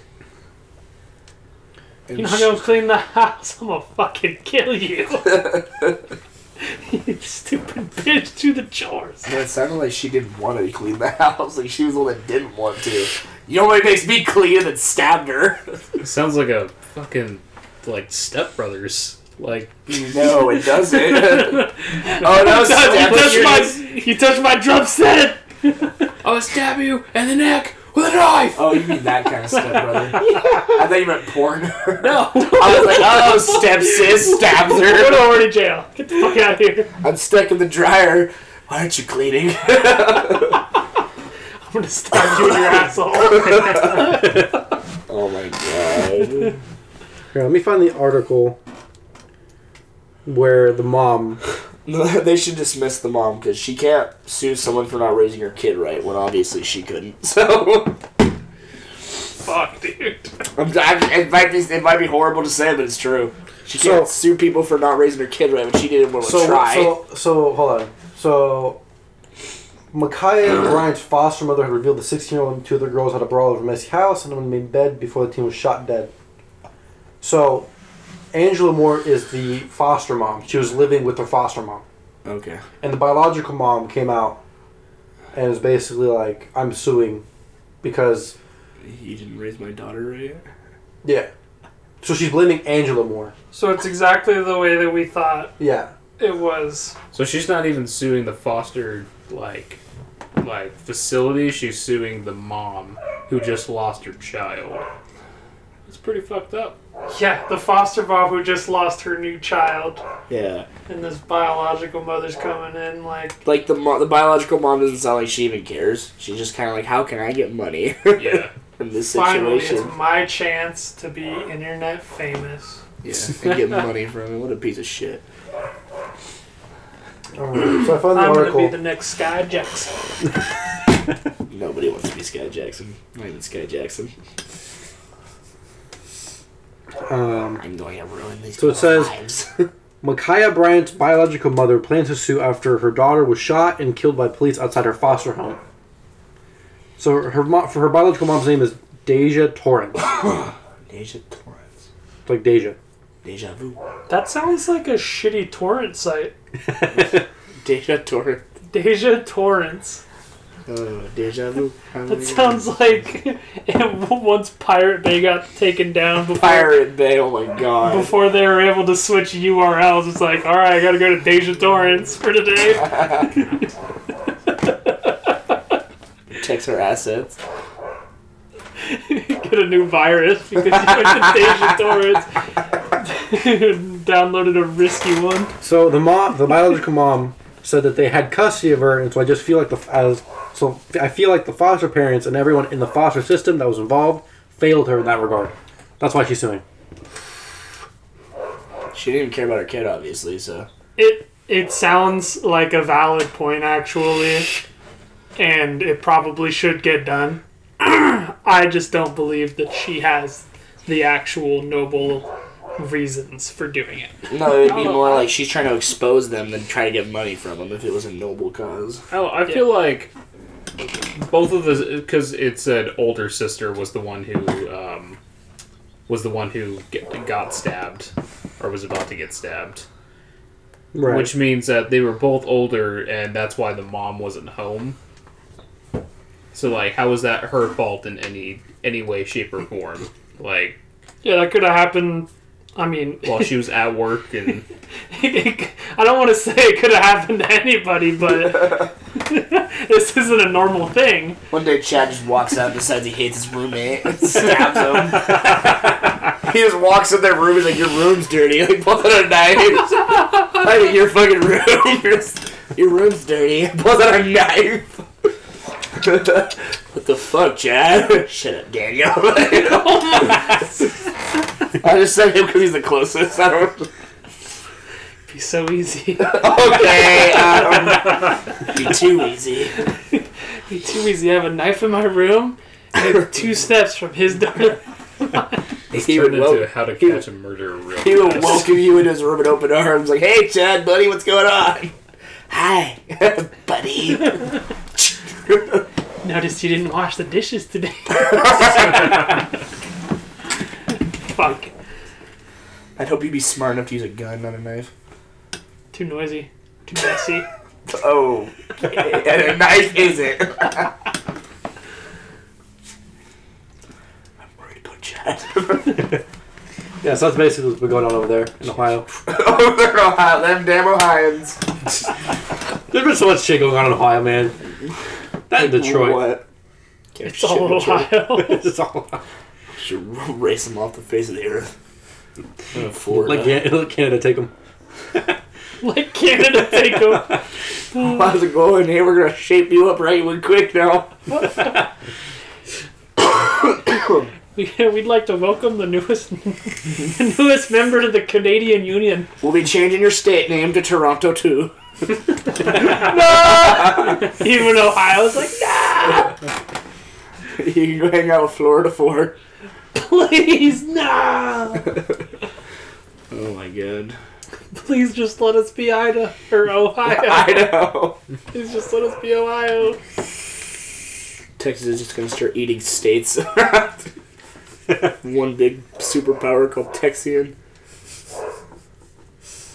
S1: And
S2: You're not
S1: she-
S2: gonna clean the house. I'm gonna fucking kill you. you stupid bitch, do the chores.
S1: Yeah, it sounded like she didn't want to clean the house. Like she was the one that didn't want to. You know what makes me clean? That stabbed her.
S3: It sounds like a fucking like stepbrothers. Like
S1: No, it doesn't. oh, that was
S4: Oh,
S2: Don't
S1: stabbing
S2: you,
S1: your-
S2: touched my, you touched my drum set!
S3: I'll stab you in the neck with a knife.
S1: Oh, you mean that kind of step brother? I thought you meant porn.
S2: No!
S1: I was like, oh, step sis stabs
S2: Go to
S1: her.
S2: already jail. Get the fuck out of here.
S1: I'm stuck in the dryer. Why aren't you cleaning?
S2: I'm gonna stab you in your asshole.
S1: oh my god.
S4: Here, let me find the article where the mom.
S1: they should dismiss the mom because she can't sue someone for not raising her kid right when obviously she couldn't. So
S2: fuck, dude.
S1: I'm, I, it might be it might be horrible to say, but it's true. She
S4: So-
S1: can't sue people for not raising her kid right when she didn't want to try.
S4: so, so hold on. So, Micaiah Bryant's foster mother had revealed the 16 year old and two other girls had a brawl over a messy house and one made bed before the teen was shot dead. So, Angela Moore is the foster mom. She was living with her foster mom.
S1: okay.
S4: And the biological mom came out and was basically like, I'm suing because,
S1: You didn't raise my daughter right.
S4: yeah. So she's blaming Angela Moore.
S2: So it's exactly the way that we thought
S4: Yeah.
S2: it was.
S3: So she's not even suing the foster like like facility. She's suing the mom who just lost her child. It's pretty fucked up.
S2: Yeah, the foster mom who just lost her new child,
S1: Yeah.
S2: and this biological mother's coming in like,
S1: Like the mo- the biological mom doesn't sound like she even cares. She's just kind of like, how can I get money
S3: Yeah.
S1: in this
S2: finally,
S1: situation?
S2: it's my chance to be internet famous.
S1: Yeah, and get money from it. What a piece of shit.
S4: Alright, Um, so I found the
S2: I'm
S4: article.
S2: gonna be the next Sky Jackson.
S1: Nobody wants to be Sky Jackson. Not even Sky Jackson.
S4: um,
S1: I'm going to ruin these
S4: So it
S1: people's
S4: says-
S1: lives.
S4: Micaiah Bryant's biological mother plans to sue after her daughter was shot and killed by police outside her foster home. So her mom, for her biological mom's name is Deja Torrance.
S1: Deja Torrance.
S4: It's like Deja.
S1: Deja vu.
S2: That sounds like a shitty torrent site.
S1: Deja Torrance.
S2: Deja Torrents.
S4: Uh,
S1: Oh, deja vu.
S2: That sounds like once Pirate Bay got taken down before,
S1: Pirate Bay. Oh my god.
S2: before they were able to switch URLs. It's like, all right, I gotta go to Deja Torrents for today.
S1: Protects her assets.
S2: Get a new virus because you went to Deja Torrents. Downloaded a risky one.
S4: So the mom, the biological mom, said that they had custody of her, and so I just feel like the as so I feel like the foster parents and everyone in the foster system that was involved failed her in that regard. That's why she's suing.
S1: She didn't even care about her kid, obviously, so.
S2: It it sounds like a valid point actually, and it probably should get done. I just don't believe that she has the actual noble reasons for doing it.
S1: No, it would be more like she's trying to expose them than try to get money from them if it was a noble cause.
S3: Oh, I feel like both of the because it said older sister was the one who um, was the one who get, got stabbed or was about to get stabbed,
S4: Right.
S3: which means that they were both older, and that's why the mom wasn't home. So, like, how is that her fault in any any way, shape, or form? Like,
S2: Yeah, that could have happened. I mean,
S3: while she was at work, and
S2: I don't want to say it could have happened to anybody, but this isn't a normal thing.
S1: One day, Chad just walks out and decides he hates his roommate and stabs him. he just walks in their room and like, Your room's dirty. Like, pulls out a knife. I'm in your fucking room. You're s- your room's dirty. Pulls out a knife. what the fuck, Chad? Shut up, Daniel. I just said him because he's the closest. I don't.
S2: It'd be so easy.
S1: Okay, um, be too easy.
S2: It'd be too easy. I have a knife in my room. and it's two steps from his door.
S1: He
S3: turned
S1: would,
S3: into
S1: wel-
S3: how to
S1: he-
S3: catch a murderer. Real
S1: he would
S3: fast.
S1: welcome you into his room with open arms, like, "Hey, Chad, buddy, what's going on? Hi, buddy."
S2: Noticed you didn't wash the dishes today. Fuck.
S1: I'd hope you'd be smart enough to use a gun, not a knife.
S2: Too noisy. Too messy.
S1: Oh, and a knife isn't. I'm worried about Chad.
S4: yeah, so that's basically what's been going on over there in Ohio.
S1: oh, they're Ohio, them damn Ohioans.
S4: There's been so much shit going on in Ohio, man. That in Detroit.
S1: What?
S2: It's all Ohio.
S4: It's all
S1: Should race them off the face of the earth. Florida.
S4: like Can- let Canada take them.
S2: like Canada take over.
S1: How's it going? Hey, we're gonna shape you up right and quick now.
S2: We- We'd like to welcome the newest the newest member to the Canadian Union.
S1: We'll be changing your state name to Toronto too.
S2: Even Ohio's like,
S1: you can go hang out with Florida for.
S2: please no,
S1: Oh my god.
S2: please just let us be Ida or Ohio.
S1: I know.
S2: Please just let us be Ohio.
S1: Texas is just gonna start eating states. One big superpower called Texian.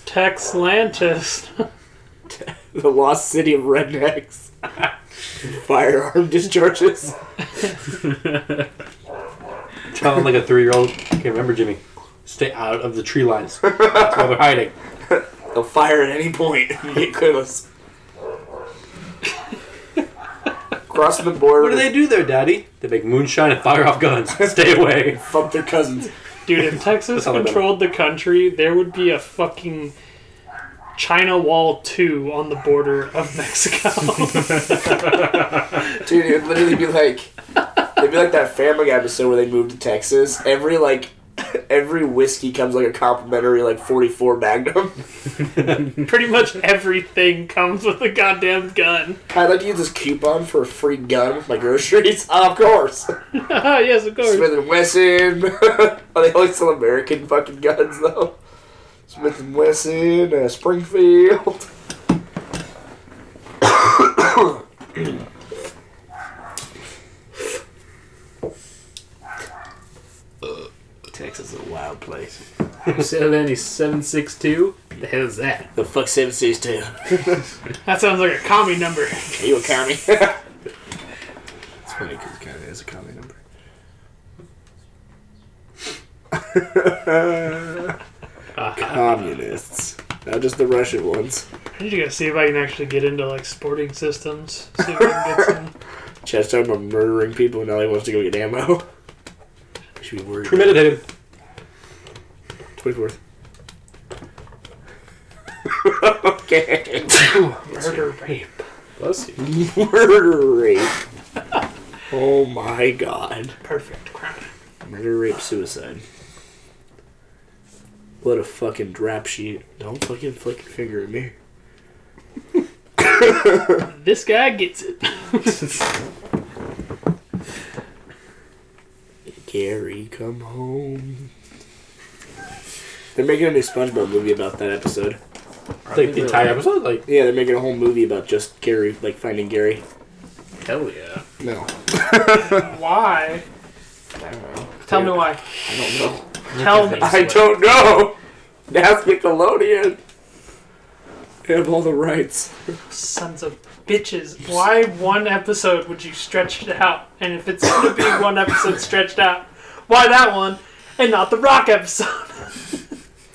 S2: Texlantis.
S1: The lost city of rednecks. Firearm discharges.
S4: Telling like a three-year-old. Can't remember Jimmy. Stay out of the tree lines. That's why they're hiding.
S1: They'll fire at any point and get close. crossing the border.
S6: What do they do there, Daddy? They make moonshine and fire off guns. Stay away.
S1: Fuck their cousins.
S2: Dude, if Texas
S6: all I know.
S2: controlled the country, there would be a fucking China Wall 2 on the border of Mexico.
S1: Dude, it would literally be like it'd be like that Family Guy episode where they moved to Texas. Every like every whiskey comes like a complimentary like forty four Magnum.
S2: Pretty much everything comes with a goddamn gun.
S1: I'd like to use this coupon for a free gun at my groceries. of course.
S2: yes, of course.
S1: Smith and Wesson. Are they only sell American fucking guns though? Smith and Wesson, uh, Springfield.
S6: Texas is a wild place.
S3: Sell any 762? The hell is that?
S1: The fuck seven seas too.
S2: That sounds like a commie number.
S1: You a commie?
S6: It's funny because it kind of is a comedy number.
S1: Communists. Not just the Russian ones.
S2: I need to go see if I can actually get into like sporting systems. See if I can get some.
S1: Chad's talking about murdering people and now he wants to go get ammo. Should be worried.
S6: Premeditated.
S1: 24th. okay.
S2: Murder rape.
S3: Bless you.
S1: Murder rape. Oh my god.
S2: Perfect crime.
S1: Murder rape suicide. What a fucking drap sheet. Don't fucking flick your finger at me.
S2: This guy gets it.
S1: Gary, come home. They're making a new SpongeBob movie about that episode.
S6: Like the entire episode? Like,
S1: Yeah, they're making a whole movie about just Gary, like finding Gary.
S3: Hell yeah.
S1: No.
S2: Why? Tell me why.
S1: I don't know.
S2: Tell me.
S1: I don't know. That's Nickelodeon. They have all the rights.
S2: Sons of bitches. Why one episode would you stretch it out? And if it's going to be one episode stretched out, why that one and not the rock episode?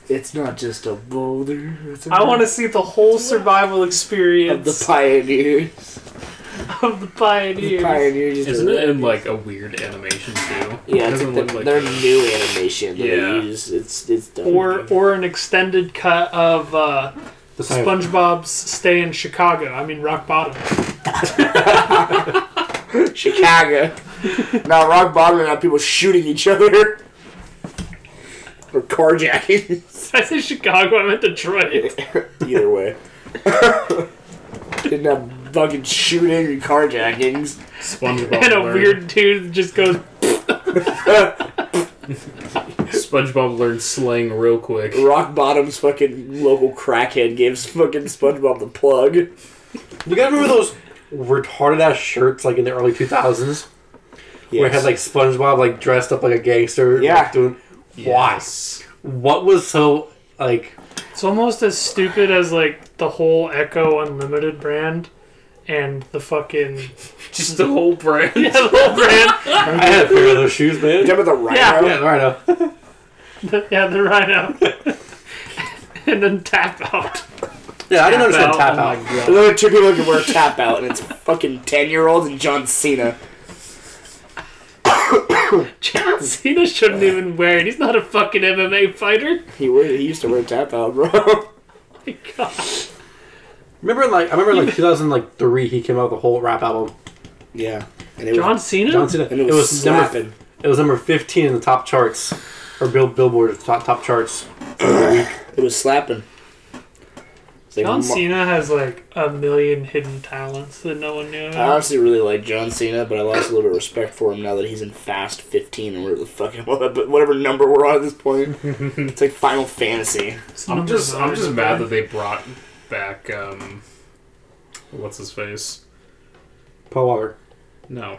S1: It's not just a boulder. It's a
S2: I want to see the whole survival
S1: of the
S2: experience
S1: pioneers.
S2: of the
S1: The
S2: pioneers.
S1: pioneers. is
S3: Isn't
S1: a-
S3: it in like a weird animation too?
S1: Yeah, it's
S3: doesn't
S1: like
S3: look
S1: the,
S3: like
S1: their new animation. That
S3: Yeah.
S1: they use. It's it's done.
S2: Or, or an extended cut of uh,
S4: The
S1: Oh.
S4: same.
S2: SpongeBob's stay in Chicago. I mean, rock bottom.
S1: Chicago. now rock bottom and now people shooting each other. Or carjacking.
S2: Did I say Chicago? I meant Detroit.
S1: Either way. Didn't have fucking shooting and carjackings.
S3: SpongeBob
S2: and a
S3: learned-
S2: weird dude that just goes,
S3: SpongeBob learned slang real quick.
S1: Rock Bottom's fucking local crackhead gives fucking SpongeBob the plug.
S4: You gotta remember those retarded ass shirts like in the early 2000s where it had like SpongeBob like dressed up like a gangster. like,
S1: Yeah.
S4: doing, Why? What was so like?
S2: It's almost as stupid as like the whole Echo Unlimited brand and the fucking
S3: Just the whole brand.
S2: yeah, the whole brand
S4: I had a pair of those shoes, man.
S1: Jump at the rhino.
S2: Yeah.
S4: Yeah, right now.
S2: yeah the Rhino and then tap out.
S4: Yeah, I didn't understand
S2: Tap
S4: tap
S2: out.
S4: out.
S1: There's only two people who can wear a tap out, and it's fucking 10 year olds and John Cena.
S2: John Cena shouldn't even wear it. He's not a fucking MMA fighter.
S1: He, wear, he used to wear a tap out, bro.
S2: My God.
S4: Remember, in, like I remember, in, like 2003, he came out with the whole rap album.
S1: yeah. And it
S2: John
S1: was,
S2: Cena?
S4: John Cena.
S1: and it was,
S4: number,
S1: slapping.
S4: it was number 15 in the top charts, or Bill Billboard top, top charts.
S1: It was slapping. It's like
S2: John
S1: Mar-
S2: Cena has like a million hidden talents that no one knew.
S1: I
S2: About.
S1: honestly really like John Cena, but I lost a little bit of respect for him now that he's in Fast 15 or whatever the fuck, but whatever number we're on at this point. it's like Final Fantasy.
S2: It's
S3: I'm
S2: number
S3: just I'm
S2: nine,
S3: just mad
S2: okay?
S3: that they brought back um what's his face?
S4: Paul Walker.
S3: No.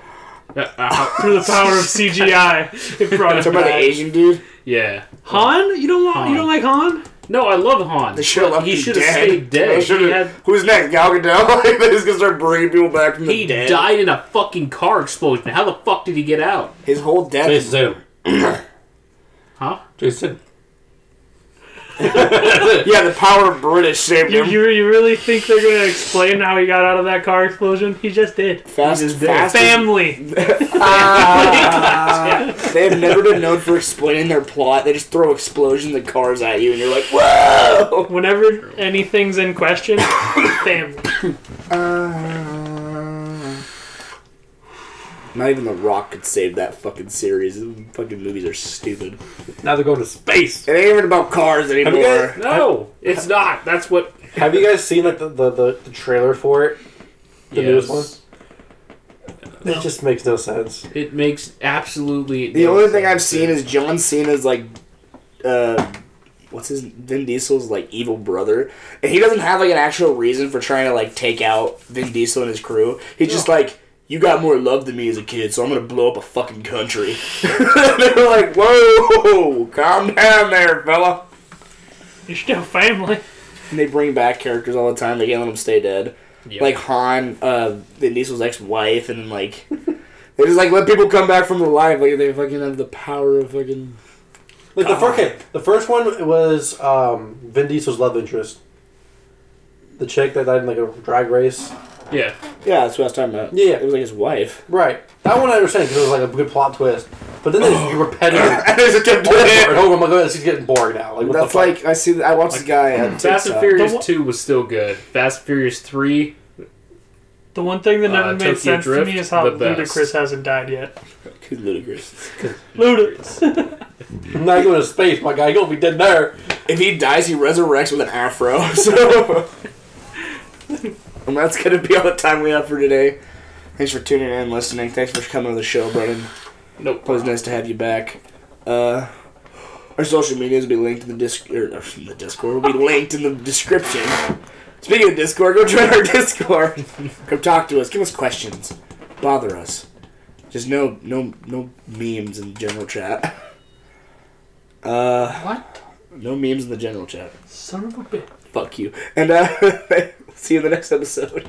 S3: Uh, uh,
S2: through the power of CGI, it brought it
S1: Talking about the
S2: back.
S1: Asian dude?
S3: yeah.
S2: Han? You don't want? You
S3: Han.
S2: don't like Han?
S3: No, I love Han.
S1: They should have left
S3: he
S1: him
S3: should have
S1: dead.
S3: stayed
S1: They
S3: dead.
S1: should've-
S3: He, had,
S1: who's next? Gal Gadot? They're just gonna start bringing people back from the
S3: he
S1: dead.
S3: died in a fucking car explosion. How the fuck did he get out?
S1: His whole death.
S4: Jason Tatum.
S3: Huh?
S4: Jason.
S1: Yeah, the power of British saved
S2: You,
S1: him.
S2: you, you really think they're going to explain how he got out of that car explosion? He just did.
S1: fast,
S2: Just did.
S1: fast.
S2: Family.
S1: They have never been known for explaining their plot. They just throw explosions and cars at you, and you're like, whoa!
S2: Whenever anything's in question, family.
S1: Not even The Rock could save that fucking series. The fucking movies are stupid.
S6: Now they're going to space.
S1: It ain't even about cars
S4: Have you guys-
S1: anymore.
S3: No, it's not. That's what.
S4: Have you guys seen like the, the, the, the trailer for it? The newest one?
S2: No.
S4: It just makes no sense.
S3: It makes absolutely.
S1: The
S3: no
S1: only thing I've
S3: sense.
S1: seen is John Cena's like, uh, what's his Vin Diesel's like evil brother, and he doesn't have like an actual reason for trying to like take out Vin Diesel and his crew. He's just like, you got more love than me as a kid, so I'm gonna blow up a fucking country. They're like, whoa, calm down there, fella.
S2: You're still family.
S1: And they bring back characters all the time. They can't let them stay dead.
S3: Yeah.
S1: Like Han, uh, Vin Diesel's ex-wife, and like they just like let people come back from the life. Like they fucking have the power of fucking.
S4: Like the
S1: God.
S4: first, okay, the first one was um, Vin Diesel's love interest, the chick that died in like a drag race.
S3: yeah.
S1: Yeah, that's what I was talking about.
S4: Yeah.
S1: It was like his wife.
S4: Right, that one I understand because it was like a good plot twist. But then they repetitive
S1: There's a
S4: over and over. I'm like, oh, this is getting boring now. Like, what
S1: That's
S4: the fuck?
S1: like I see. I watched this guy. on
S3: Fast and
S1: TikTok.
S3: Furious
S2: The one-
S3: 2 was still good. Fast and Furious 3,
S2: The one thing that never
S3: Uh,
S2: made
S3: Tokyo
S2: sense
S3: Drift,
S2: to me is how
S3: the best.
S2: Ludacris hasn't died yet.
S1: He's ludicrous.
S2: Ludacris.
S4: I'm not going to space, my guy. You'll be dead there.
S1: If he dies, he resurrects with an afro. So, and that's gonna be all the time we have for today. Thanks for tuning in, and listening. Thanks for coming to the show, Brennan.
S3: Nope.
S1: Always nice to have you back. Uh, our social medias will be linked in the disc or, or in the Discord will be linked in the description. Speaking of Discord, go join our Discord. Come talk to us. Give us questions. Bother us. Just no no no memes in the general chat. Uh,
S2: What?
S1: no memes in the general chat.
S2: Son of a bitch.
S1: Fuck you. And uh, see you in the next episode.